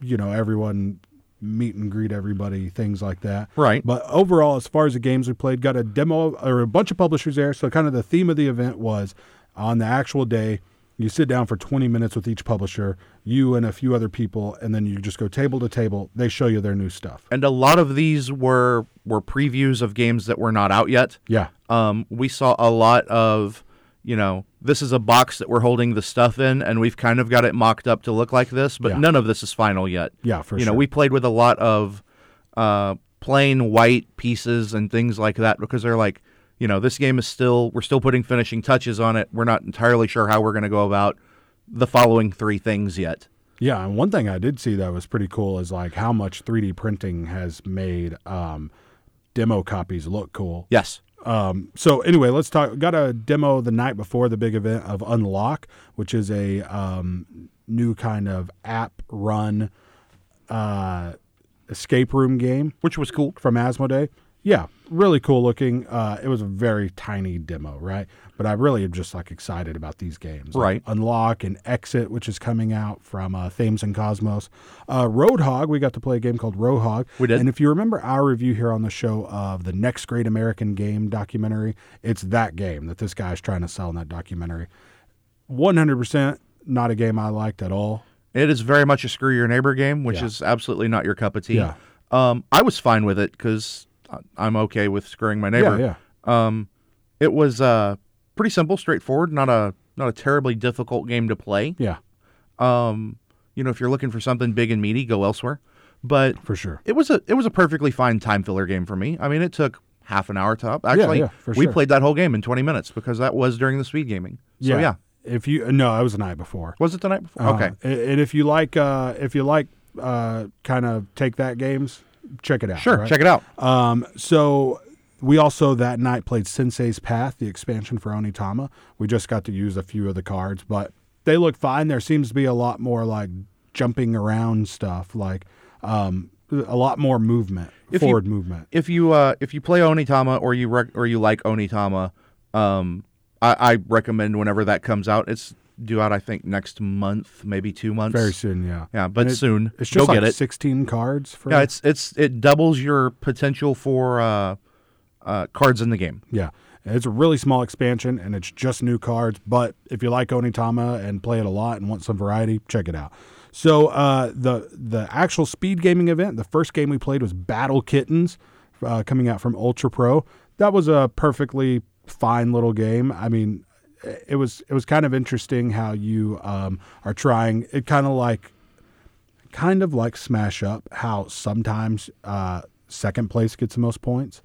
S1: you know, everyone meet and greet everybody, things like that.
S2: Right.
S1: But overall, as far as the games we played, got a demo or a bunch of publishers there. So kind of the theme of the event was on the actual day. You sit down for 20 minutes with each publisher, you and a few other people, and then you just go table to table. They show you their new stuff.
S2: and a lot of these were were previews of games that were not out yet.
S1: Yeah.
S2: Um, we saw a lot of, you know, this is a box that we're holding the stuff in, and we've kind of got it mocked up to look like this, but
S1: Yeah.
S2: none of this is final yet.
S1: Yeah, for
S2: you know,
S1: sure.
S2: we played with a lot of uh, plain white pieces and things like that because they're like, you know, this game is still we're still putting finishing touches on it. We're not entirely sure how we're going to go about the following three things yet.
S1: Yeah, and one thing I did see that was pretty cool is like how much 3D printing has made um, demo copies look cool.
S2: Yes.
S1: Um, so anyway, let's talk. Got a demo the night before the big event of Unlock, which is a um, new kind of app run uh, escape room game
S2: Which was cool.
S1: from Asmodee. Yeah, really cool looking. Uh, it was a very tiny demo, right? But I really am just like excited about these games, Like,
S2: Right.
S1: Unlock and Exit, which is coming out from uh, Thames and Cosmos. Uh, Roadhog, we got to play a game called Roadhog.
S2: We did.
S1: And if you remember our review here on the show of the Next Great American Game documentary, it's that game that this guy's trying to sell in that documentary. One hundred percent, not a game I liked at all.
S2: It is very much a screw your neighbor game, which
S1: Yeah.
S2: is absolutely not your cup of tea.
S1: Yeah.
S2: Um, I was fine with it because I'm okay with screwing my neighbor.
S1: Yeah,
S2: Um, it was uh, pretty simple, straightforward. Not a not a terribly difficult game to play.
S1: yeah, yeah,
S2: Um, you know, if you're looking for something big and meaty, go elsewhere. But
S1: for sure.
S2: it was a it was a perfectly fine time filler game for me. I mean, it took half an hour top. Actually,
S1: yeah, for
S2: we
S1: sure.
S2: played that whole game in 20 minutes because that was during the speed gaming. So yeah,
S1: If you no, it was the night before.
S2: was it the night before?
S1: Uh,
S2: okay,
S1: a- And if you like, uh, if you like, uh, kind of take that games, check it out.
S2: sure, check it out.
S1: out. Um, so we also that night played Sensei's Path, the expansion for Onitama. We just got to use a few of the cards, but they look fine. There seems to be a lot more like jumping around stuff, like um, a lot more movement,
S2: If you-
S1: forward movement.
S2: if you uh, if you play Onitama or you rec- or you like Onitama, um, I-, I recommend whenever that comes out. It's due out I think next month, maybe two months.
S1: Very soon, yeah.
S2: Yeah, but
S1: And it-
S2: soon.
S1: It's just
S2: Go
S1: like
S2: get it.
S1: sixteen cards for
S2: Yeah, it's it's it doubles your potential for uh, uh, cards in the game.
S1: Yeah. It's a really small expansion and it's just new cards. But if you like Onitama and play it a lot and want some variety, check it out. So uh, the the actual speed gaming event, the first game we played was Battle Kittens, uh, coming out from Ultra Pro. That was a perfectly fine little game. I mean, it was it was kind of interesting how you um, are trying. It kind of like kind of like Smash Up, how sometimes uh, second place gets the most points.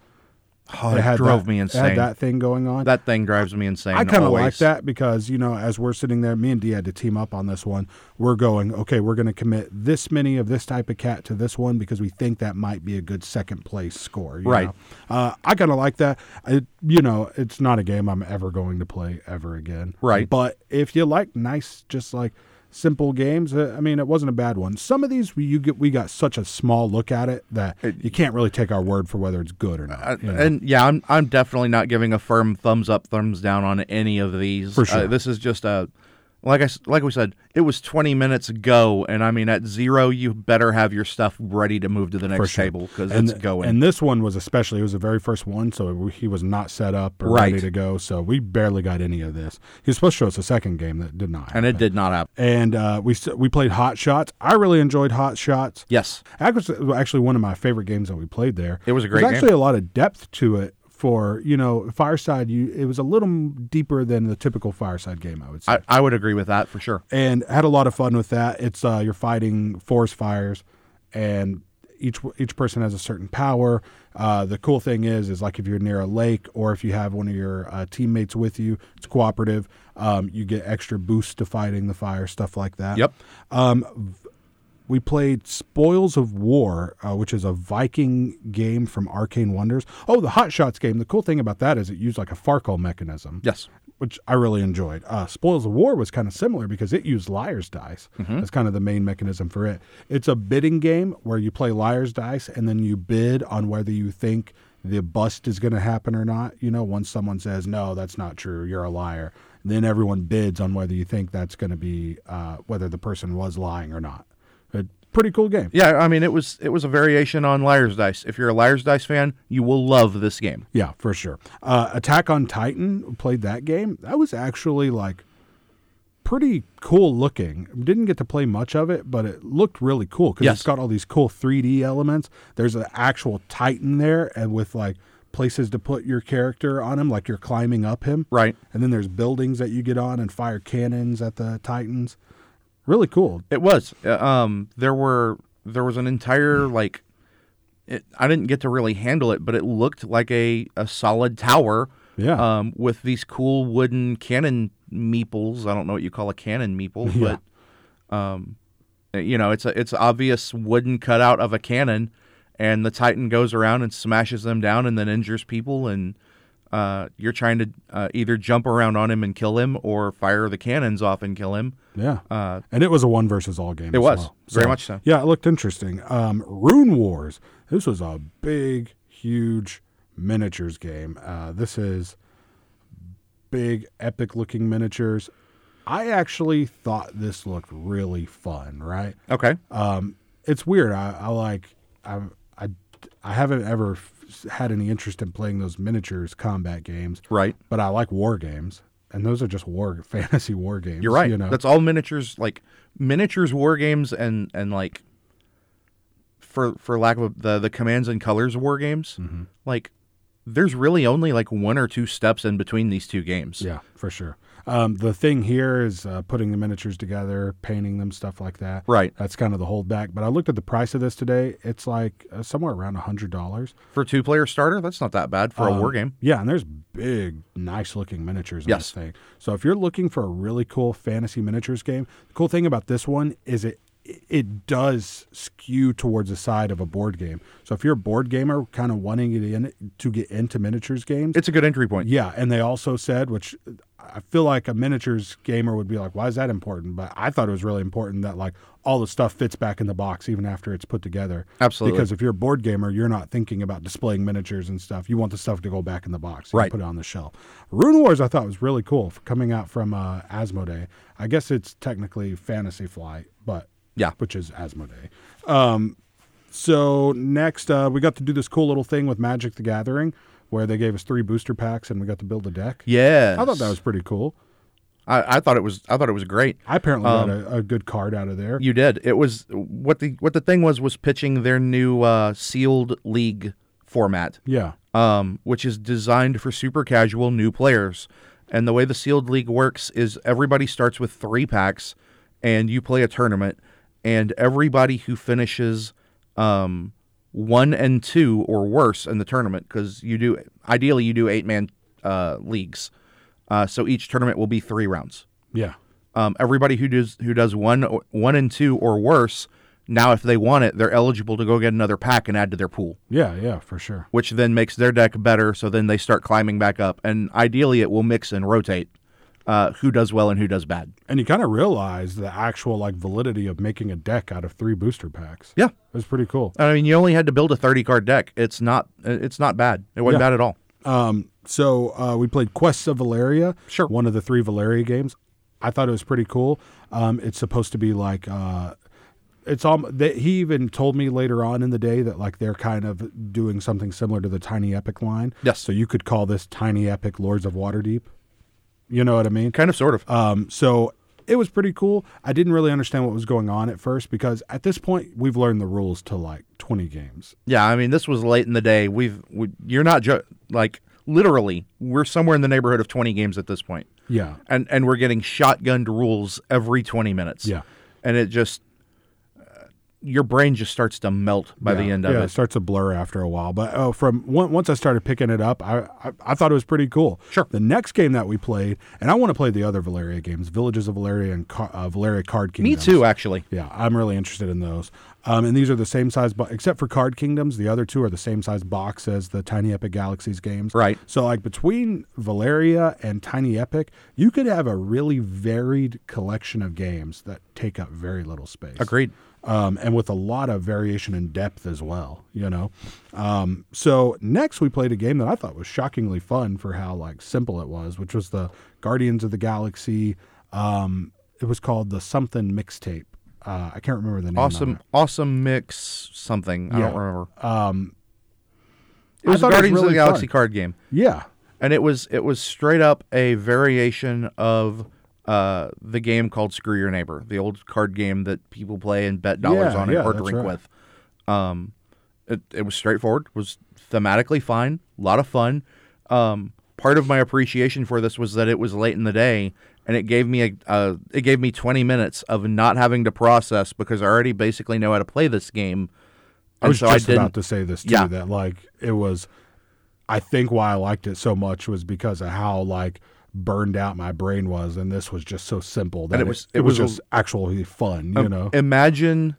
S2: Oh,
S1: It
S2: it
S1: had
S2: drove
S1: that-
S2: me
S1: it
S2: insane.
S1: Had
S2: that,
S1: that thing going on.
S2: thing drives me insane.
S1: I kind of like
S2: always.
S1: that because you know, as we're sitting there, me and D had to team up on this one. We're going, okay, we're going to commit this many of this type of cat to this one because we think that might be a good second place score. you
S2: Right.
S1: know? Uh, I kind of like that. I, you know, it's not a game I'm ever going to play ever again.
S2: Right.
S1: But if you like nice, just like simple games, uh, I mean, it wasn't a bad one. Some of these we you get, we got such a small look at it that you can't really take our word for whether it's good or not.
S2: Uh,
S1: you know?
S2: And yeah, I'm I'm definitely not giving a firm thumbs up, thumbs down on any of these.
S1: For sure.
S2: Uh, this is just a like I s- like we said, it was 20 minutes go, and I mean at zero, you better have your stuff ready to move to the next
S1: sure.
S2: table 'cause table because
S1: and
S2: it's going.
S1: and this one was especially it was the very first one, so it- he was not set up or
S2: Right.
S1: ready to go. So we barely got any of this. He was supposed to show us a second game that did not. happen.
S2: and it did not happen.
S1: And uh, we s- we played Hot Shots. I really enjoyed Hot Shots.
S2: Yes,
S1: That was actually one of my favorite games that we played there.
S2: It was a great
S1: There's
S2: game.
S1: actually a lot of depth to it. For you know, Fireside, you it was a little m- deeper than the typical Fireside game. I would say
S2: I, I would agree with that for sure.
S1: and had a lot of fun with that. It's uh, you're fighting forest fires, and each each person has a certain power. Uh, the cool thing is, is like if you're near a lake or if you have one of your uh, teammates with you, it's cooperative. Um, you get extra boosts to fighting the fire, stuff like that.
S2: Yep.
S1: Um, we played Spoils of War, uh, which is a Viking game from Arcane Wonders. Oh, the Hot Shots game. The cool thing about that is it used like a Farkle mechanism.
S2: Yes.
S1: Which I really enjoyed. Uh, Spoils of War was kind of similar because it used liar's dice. That's kind of the main mechanism for it. It's a bidding game where you play liar's dice and then you bid on whether you think the bust is going to happen or not. You know, once someone says, no, that's not true, you're a liar, then everyone bids on whether you think that's going to be, uh, whether the person was lying or not. A pretty cool game.
S2: Yeah, I mean it was it was a variation on Liar's Dice. If you're a Liar's Dice fan, you will love this game.
S1: Yeah, for sure. Uh, Attack on Titan played that game. That was actually like pretty cool looking. Didn't get to play much of it, but it looked really cool because
S2: Yes.
S1: it's got all these cool 3D elements. There's an actual Titan there, and with like places to put your character on him, like you're climbing up him.
S2: Right.
S1: And then there's buildings that you get on and fire cannons at the Titans. Really cool.
S2: It was. Uh, Um, there were there was an entire like, it, I didn't get to really handle it, but it looked like a a solid tower.
S1: Yeah.
S2: Um, with these cool wooden cannon meeples. I don't know what you call a cannon meeple,
S1: Yeah.
S2: but um, you know, it's a it's obvious wooden cutout of a cannon, and the Titan goes around and smashes them down, and then injures people and. Uh, you're trying to uh, either jump around on him and kill him, or fire the cannons off and kill him.
S1: Yeah.
S2: Uh,
S1: and it was a one versus all game.
S2: It
S1: as
S2: was,
S1: well.
S2: very much so.
S1: Yeah, it looked interesting. Um, Rune Wars. This was a big, huge miniatures game. Uh, this is big, epic looking miniatures. I actually thought this looked really fun. Right?
S2: Okay.
S1: Um, it's weird. I, I like. I, I I haven't ever f- had any interest in playing those miniatures combat games.
S2: Right.
S1: But I like war games, and those are just war fantasy war games.
S2: You're right.
S1: You know?
S2: That's all miniatures, like miniatures war games, and and like for for lack of a, the the commands and colors war games.
S1: Mm-hmm.
S2: Like there's really only like one or two steps in between these two games.
S1: Yeah, for sure. Um, the thing here is uh, putting the miniatures together, painting them, stuff like that.
S2: Right.
S1: That's kind of the holdback. But I looked at the price of this today. It's like uh, somewhere around a hundred dollars.
S2: For two player starter, that's not that
S1: Um,
S2: bad for a war game.
S1: Yeah, and there's big, nice looking miniatures in this
S2: Yes.
S1: thing. So if you're looking for a really cool fantasy miniatures game, the cool thing about this one is it it does skew towards the side of a board game. So if you're a board gamer, kind of wanting it in, to get into miniatures games,
S2: It's a good entry point.
S1: yeah, and they also said, which I feel like a miniatures gamer would be like, why is that important? But I thought it was really important that like all the stuff fits back in the box even after it's put together.
S2: Absolutely.
S1: Because if you're a board gamer, you're not thinking about displaying miniatures and stuff. You want the stuff to go back in the box. You
S2: Right.
S1: Put it on the shelf. Rune Wars I thought was really cool for coming out from uh, Asmodee. I guess it's technically Fantasy Flight, but
S2: Yeah.
S1: which is Asmodee. So next, uh, we got to do this cool little thing with Magic: The Gathering, where they gave us three booster packs and we got to build a deck.
S2: Yes.
S1: I thought that was pretty cool.
S2: I, I thought it was. I thought it was great.
S1: I apparently
S2: Um,
S1: got a, a good card out of there.
S2: You did. It was what the what the thing was was pitching their new uh, sealed league format.
S1: yeah,
S2: um, which is designed for super casual new players. And the way the sealed league works is everybody starts with three packs, and you play a tournament, and everybody who finishes um, one and two or worse in the tournament, because you do ideally you do eight man uh, leagues, uh, so each tournament will be three rounds.
S1: yeah,
S2: Um, everybody who does who does one or- one and two or worse, now if they want it, they're eligible to go get another pack and add to their pool
S1: yeah, yeah, for sure.
S2: which then makes their deck better. So then they start climbing back up, and ideally it will mix and rotate uh, who does well and who does bad.
S1: And you kind of realize the actual like validity of making a deck out of three booster packs.
S2: Yeah,
S1: it was pretty cool.
S2: I mean you only had to build a thirty card deck. It's not it's not bad. It wasn't
S1: Yeah.
S2: bad at all.
S1: Um, so uh, we played Quests of Valeria.
S2: Sure.
S1: One of the three Valeria games. I thought it was pretty cool. Um, it's supposed to be like uh, it's all. They, he even told me later on in the day that like they're kind of doing something similar to the Tiny Epic line.
S2: Yes.
S1: So you could call this Tiny Epic Lords of Waterdeep. You know what I mean?
S2: Kind of, sort of.
S1: Um, so it was pretty cool. I didn't really understand what was going on at first because at this point we've learned the rules to like twenty games.
S2: yeah, I mean this was late in the day. We've we, you're not ju- like literally we're somewhere in the neighborhood of twenty games at this point.
S1: Yeah.
S2: and and we're getting shotgunned rules every 20 minutes.
S1: Yeah.
S2: and it just uh, your brain just starts to melt by the
S1: Yeah.
S2: end of
S1: yeah,
S2: it.
S1: it starts to blur after a while. But oh, from on- once I started picking it up, I, I I thought it was pretty cool.
S2: Sure.
S1: The next game that we played, and I want to play the other Valeria games, Villages of Valeria and Car- uh, Valeria Card
S2: Me
S1: Kingdoms.
S2: too, actually.
S1: Yeah, I'm really interested in those. Um, and these are the same size, bo- except for Card Kingdoms. The other two are the same size box as the Tiny Epic Galaxies games.
S2: Right.
S1: So, like between Valeria and Tiny Epic, you could have a really varied collection of games that take up very little space
S2: Agreed.
S1: um, and with a lot of variation in depth as well. You know, um, so next we played a game that I thought was shockingly fun for how like simple it was, which was the Guardians of the Galaxy. Um, it was called the something mixtape. Uh, I can't remember the name. of
S2: Awesome,
S1: it.
S2: awesome mix something. I
S1: Yeah.
S2: don't remember.
S1: I
S2: it was
S1: thought
S2: a
S1: it was
S2: Guardians of
S1: really
S2: the Galaxy
S1: fun.
S2: card game,
S1: Yeah,
S2: and it was it was straight up a variation of uh, the game called Screw Your Neighbor, the old card game that people play and bet dollars
S1: Yeah,
S2: on and
S1: yeah,
S2: hard
S1: that's right.
S2: drink with. Um, it, it was straightforward. Was thematically fine. A lot of fun. Um, part of my appreciation for this was that it was late in the day, and it gave me a uh, it gave me twenty minutes of not having to process because I already basically know how to play this game.
S1: I
S2: And
S1: was
S2: so
S1: just
S2: didn't-
S1: about to say this too.
S2: Yeah.
S1: That like it was, I think why I liked it so much was because of how like burned out my brain was, and this was just so simple that
S2: it
S1: it
S2: was-
S1: was
S2: it
S1: it, was,
S2: was a-
S1: just actually fun. You know,
S2: imagine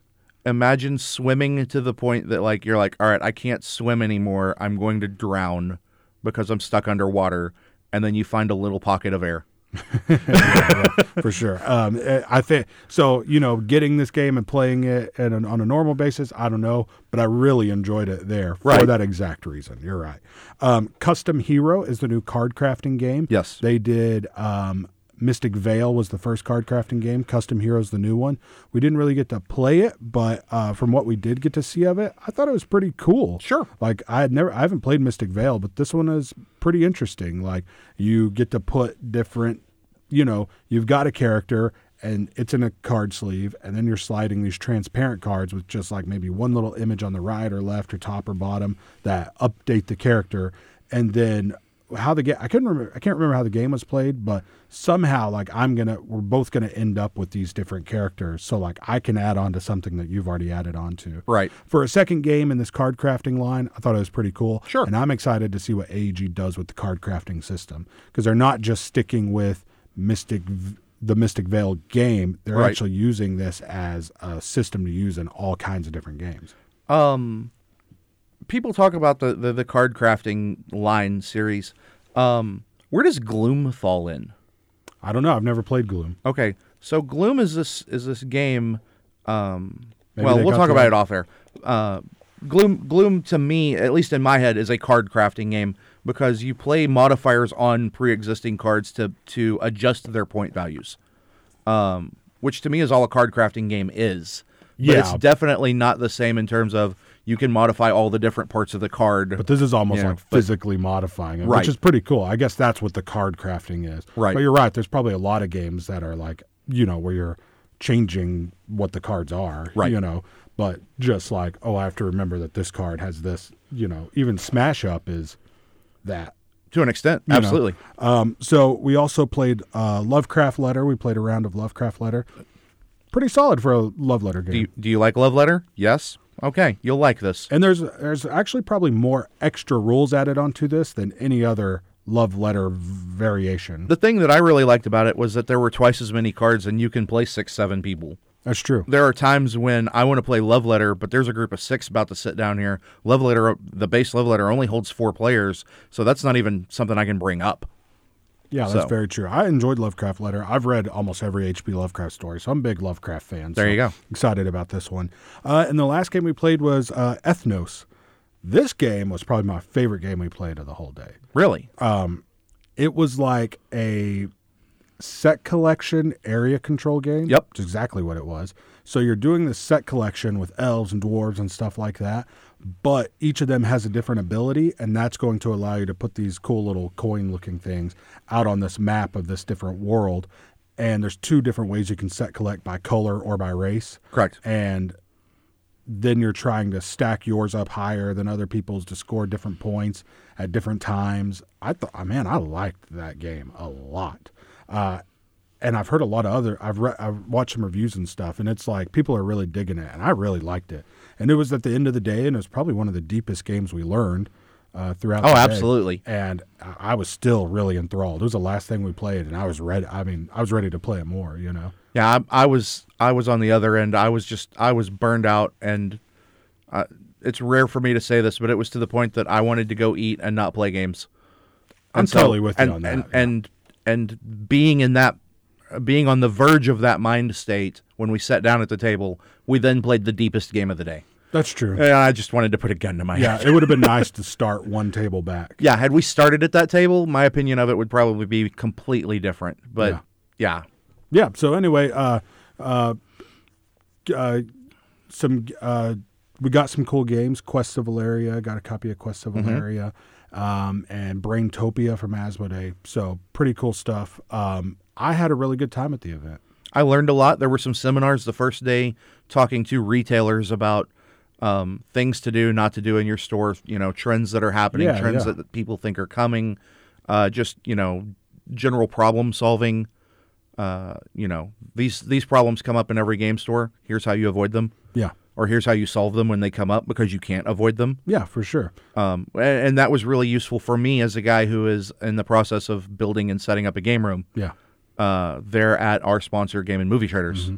S2: imagine swimming to the point that like you're like all right i can't swim anymore i'm going to drown because i'm stuck underwater and then you find a little pocket of air
S1: for sure. Um, eh, I think so. You know, getting this game and playing it at an, on a normal basis, I don't know, but I really enjoyed it there for
S2: Right.
S1: that exact reason. You're right. Um, Custom Hero is the new card crafting game.
S2: Yes.
S1: they did. Um, Mystic Veil was the first card crafting game. Custom Heroes, the new one. We didn't really get to play it, but uh, from what we did get to see of it, I thought it was pretty cool.
S2: Sure.
S1: Like I had never, I haven't played Mystic Veil, but this one is pretty interesting. Like you get to put different, you know, you've got a character and it's in a card sleeve, and then you're sliding these transparent cards with just like maybe one little image on the right or left or top or bottom that update the character, and then how the game I couldn't remember I can't remember how the game was played, but somehow like I'm gonna we're both gonna end up with these different characters. So like I can add on to something that you've already added on to.
S2: Right.
S1: For a second game in this card crafting line, I thought it was pretty cool.
S2: Sure.
S1: And I'm excited to see what AEG does with the card crafting system. Because they're not just sticking with Mystic V- the Mystic Veil game. They're
S2: Right.
S1: actually using this as a system to use in all kinds of different games.
S2: um people talk about the the, the card crafting line series um where does gloom fall in
S1: I don't know. I've never played Gloom.
S2: Okay, so Gloom is this is this game. Um,
S1: Maybe
S2: well,
S1: they
S2: we'll
S1: got
S2: talk
S1: the-
S2: about it off air. Uh, Gloom, Gloom to me, at least in my head, is a card crafting game because you play modifiers on pre-existing cards to to adjust their point values, um, which to me is all a card crafting game is. But it's
S1: Yeah.
S2: definitely not the same in terms of you can modify all the different parts of the card.
S1: But this is almost
S2: Yeah,
S1: like
S2: but-
S1: physically modifying it,
S2: Right.
S1: which is pretty cool. I guess that's what the card crafting is.
S2: Right.
S1: But you're right. There's probably a lot of games that are like, you know, where you're changing what the cards are.
S2: Right.
S1: You know, but just like, oh, I have to remember that this card has this, you know, even Smash Up is that.
S2: to an extent,
S1: you know?
S2: absolutely.
S1: Um, so we also played uh, Lovecraft Letter. We played a round of Lovecraft Letter. Pretty solid for a love letter game.
S2: Do you, do you like Love Letter? Yes. Okay, you'll like this.
S1: And there's there's actually probably more extra rules added onto this than any other love letter v- variation.
S2: The thing that I really liked about it was that there were twice as many cards, and you can play six, seven people.
S1: That's true.
S2: There are times when I want to play Love Letter, but there's a group of six about to sit down here. Love Letter, the base Love Letter only holds four players, so that's not even something I can bring up.
S1: Yeah, that's
S2: so-
S1: very true. I enjoyed Lovecraft Letter. I've read almost every H.P. Lovecraft story, so I'm a big Lovecraft fan.
S2: There
S1: so
S2: you go.
S1: Excited about this one. Uh, and the last game we played was uh, Ethnos. This game was probably my favorite game we played of the whole day.
S2: Really?
S1: It was like a set collection area control game.
S2: Yep.
S1: It's exactly what it was. So you're doing the set collection with elves and dwarves and stuff like that, but each of them has a different ability, and that's going to allow you to put these cool little coin looking things out on this map of this different world. And there's two different ways you can set collect by color or by race.
S2: Correct.
S1: And then you're trying to stack yours up higher than other people's to score different points at different times. I thought, oh, man, I liked that game a lot. Uh, and I've heard a lot of other. I've re- I've watched some reviews and stuff, and it's like people are really digging it, and I really liked it. And it was at the end of the day, and it was probably one of the deepest games we learned uh, throughout.
S2: Oh,
S1: the day.
S2: absolutely.
S1: And I I was still really enthralled. It was the last thing we played, and I was ready. I mean, I was ready to play it more. You know.
S2: Yeah, I, I was I was on the other end. I was just I was burned out, and uh, it's rare for me to say this, but it was to the point that I wanted to go eat and not play games.
S1: I'm totally with you
S2: and,
S1: on that,
S2: And
S1: yeah.
S2: and and being in that, being on the verge of that mind state when we sat down at the table, we then played the deepest game of the day.
S1: That's true.
S2: And I just wanted to put a gun to my
S1: Yeah,
S2: head.
S1: it would have been nice to start one table back.
S2: Yeah, had we started at that table, my opinion of it would probably be completely different. But
S1: Yeah.
S2: yeah.
S1: Yeah. So anyway, uh, uh, uh, some uh, we got some cool games. Quest of Valeria got a copy of Quest of
S2: Mm-hmm.
S1: Valeria, um, and Braintopia from Asmodee. So pretty cool stuff. Um, I had a really good time at the event.
S2: I learned a lot. There were some seminars the first day talking to retailers about um, things to do, not to do in your store, you know, trends that are happening,
S1: Yeah,
S2: trends
S1: yeah.
S2: that, that people think are coming, uh, just, you know, general problem solving. Uh, you know, these these problems come up in every game store. Here's how you avoid them,
S1: Yeah.
S2: or here's how you solve them when they come up because you can't avoid them.
S1: Yeah, for sure.
S2: Um, a- and, that was really useful for me as a guy who is in the process of building and setting up a game room
S1: Yeah.
S2: uh, there at our sponsor, Game and Movie Traders.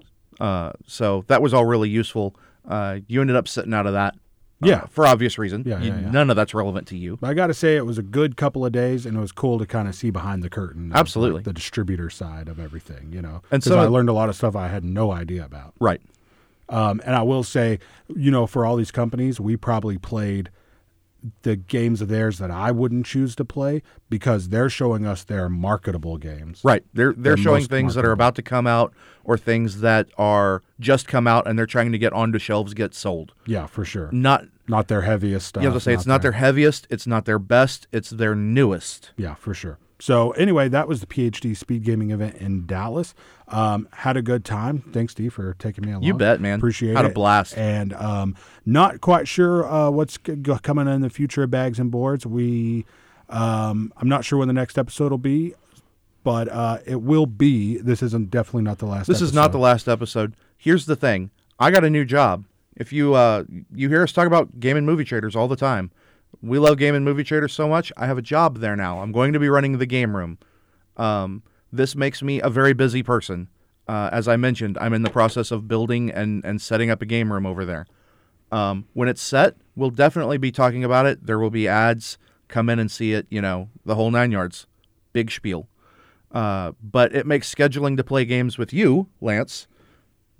S1: Mm-hmm.
S2: Uh, so that was all really useful. Uh, you ended up sitting out of that, uh,
S1: Yeah.
S2: for obvious reason.
S1: Yeah,
S2: You-
S1: yeah, yeah.
S2: None of that's relevant to you.
S1: But I got to say, it was a good couple of days, and it was cool to kind of see behind the curtain. of, like,
S2: Absolutely.
S1: the distributor side of everything, you know.
S2: And
S1: And
S2: some
S1: so I
S2: of-
S1: learned a lot of stuff I had no idea about.
S2: Right.
S1: Um, and I will say, you know, for all these companies, we probably played the games of theirs that I wouldn't choose to play because they're showing us their marketable games.
S2: Right. They're they're,
S1: They're
S2: showing
S1: most
S2: things that are
S1: marketable.
S2: about to come out or things that are just come out and they're trying to get onto shelves, get sold.
S1: Yeah, for sure.
S2: Not
S1: Not their heaviest stuff.
S2: you have to say it's not their heaviest, it's not their best, it's their newest.
S1: Yeah, for sure. So anyway, that was the PhD speed gaming event in Dallas. Um, had a good time. Thanks, Steve, for taking me along.
S2: bet, man.
S1: Appreciate
S2: Had a
S1: it.
S2: blast.
S1: And um, not quite sure uh, what's g- g- coming in the future of bags and boards. We, um, I'm not sure when the next episode will be, but uh, it will be. This isn't definitely not the last.
S2: This is not the
S1: episode.
S2: last episode. Here's the thing: I got a new job. If you uh, you hear us talk about game and movie traders all the time, we love game and movie traders so much. I have a job there now. I'm going to be running the game room. Um, this makes me a very busy person. Uh, as I mentioned, I'm in the process of building and and setting up a game room over there. Um, when it's set, we'll definitely be talking about it. There will be ads. Come in and see it. You know the whole nine yards. Big spiel uh, but it makes scheduling to play games with you, Lance,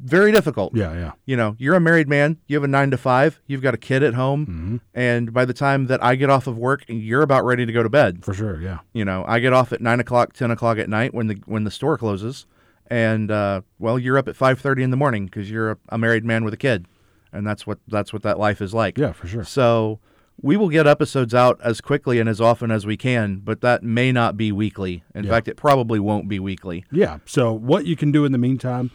S2: very difficult.
S1: Yeah, yeah.
S2: You know, you're a married man, you have a nine to five, you've got a kid at home, and by the time that I get off of work, you're about ready to go to bed.
S1: For sure, yeah.
S2: You know, I get off at nine o'clock, ten o'clock at night when the when the store closes, and uh, well, you're up at five thirty in the morning because you're a, a married man with a kid, and that's what that's what that life is like.
S1: Yeah, for sure.
S2: So we will get episodes out as quickly and as often as we can, but that may not be weekly. In fact, it probably won't be weekly.
S1: Yeah. So what you can do in the meantime,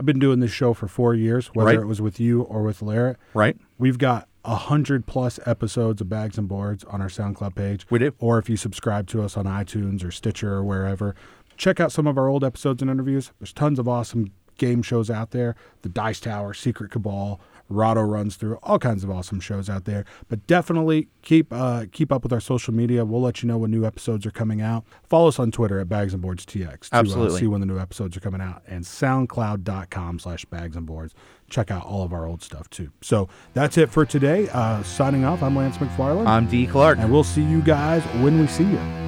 S1: I've been doing this show for four years, whether
S2: Right.
S1: it was with you or with Larrett.
S2: Right.
S1: We've got a hundred plus episodes of Bags and Boards on our SoundCloud page.
S2: We do.
S1: Or if you subscribe to us on iTunes or Stitcher or wherever, check out some of our old episodes and interviews. There's tons of awesome game shows out there. The Dice Tower, Secret Cabal, Rado runs through all kinds of awesome shows out there. But definitely keep uh, keep up with our social media. We'll let you know when new episodes are coming out. Follow us on Twitter at Bags and Boards TX to uh,
S2: Absolutely.
S1: see when the new episodes are coming out and soundcloud.com slash bags and boards check out all of our old stuff too so that's it for today uh, signing off i'm lance mcfarland
S2: I'm D. Clark.
S1: and we'll see you guys when we see you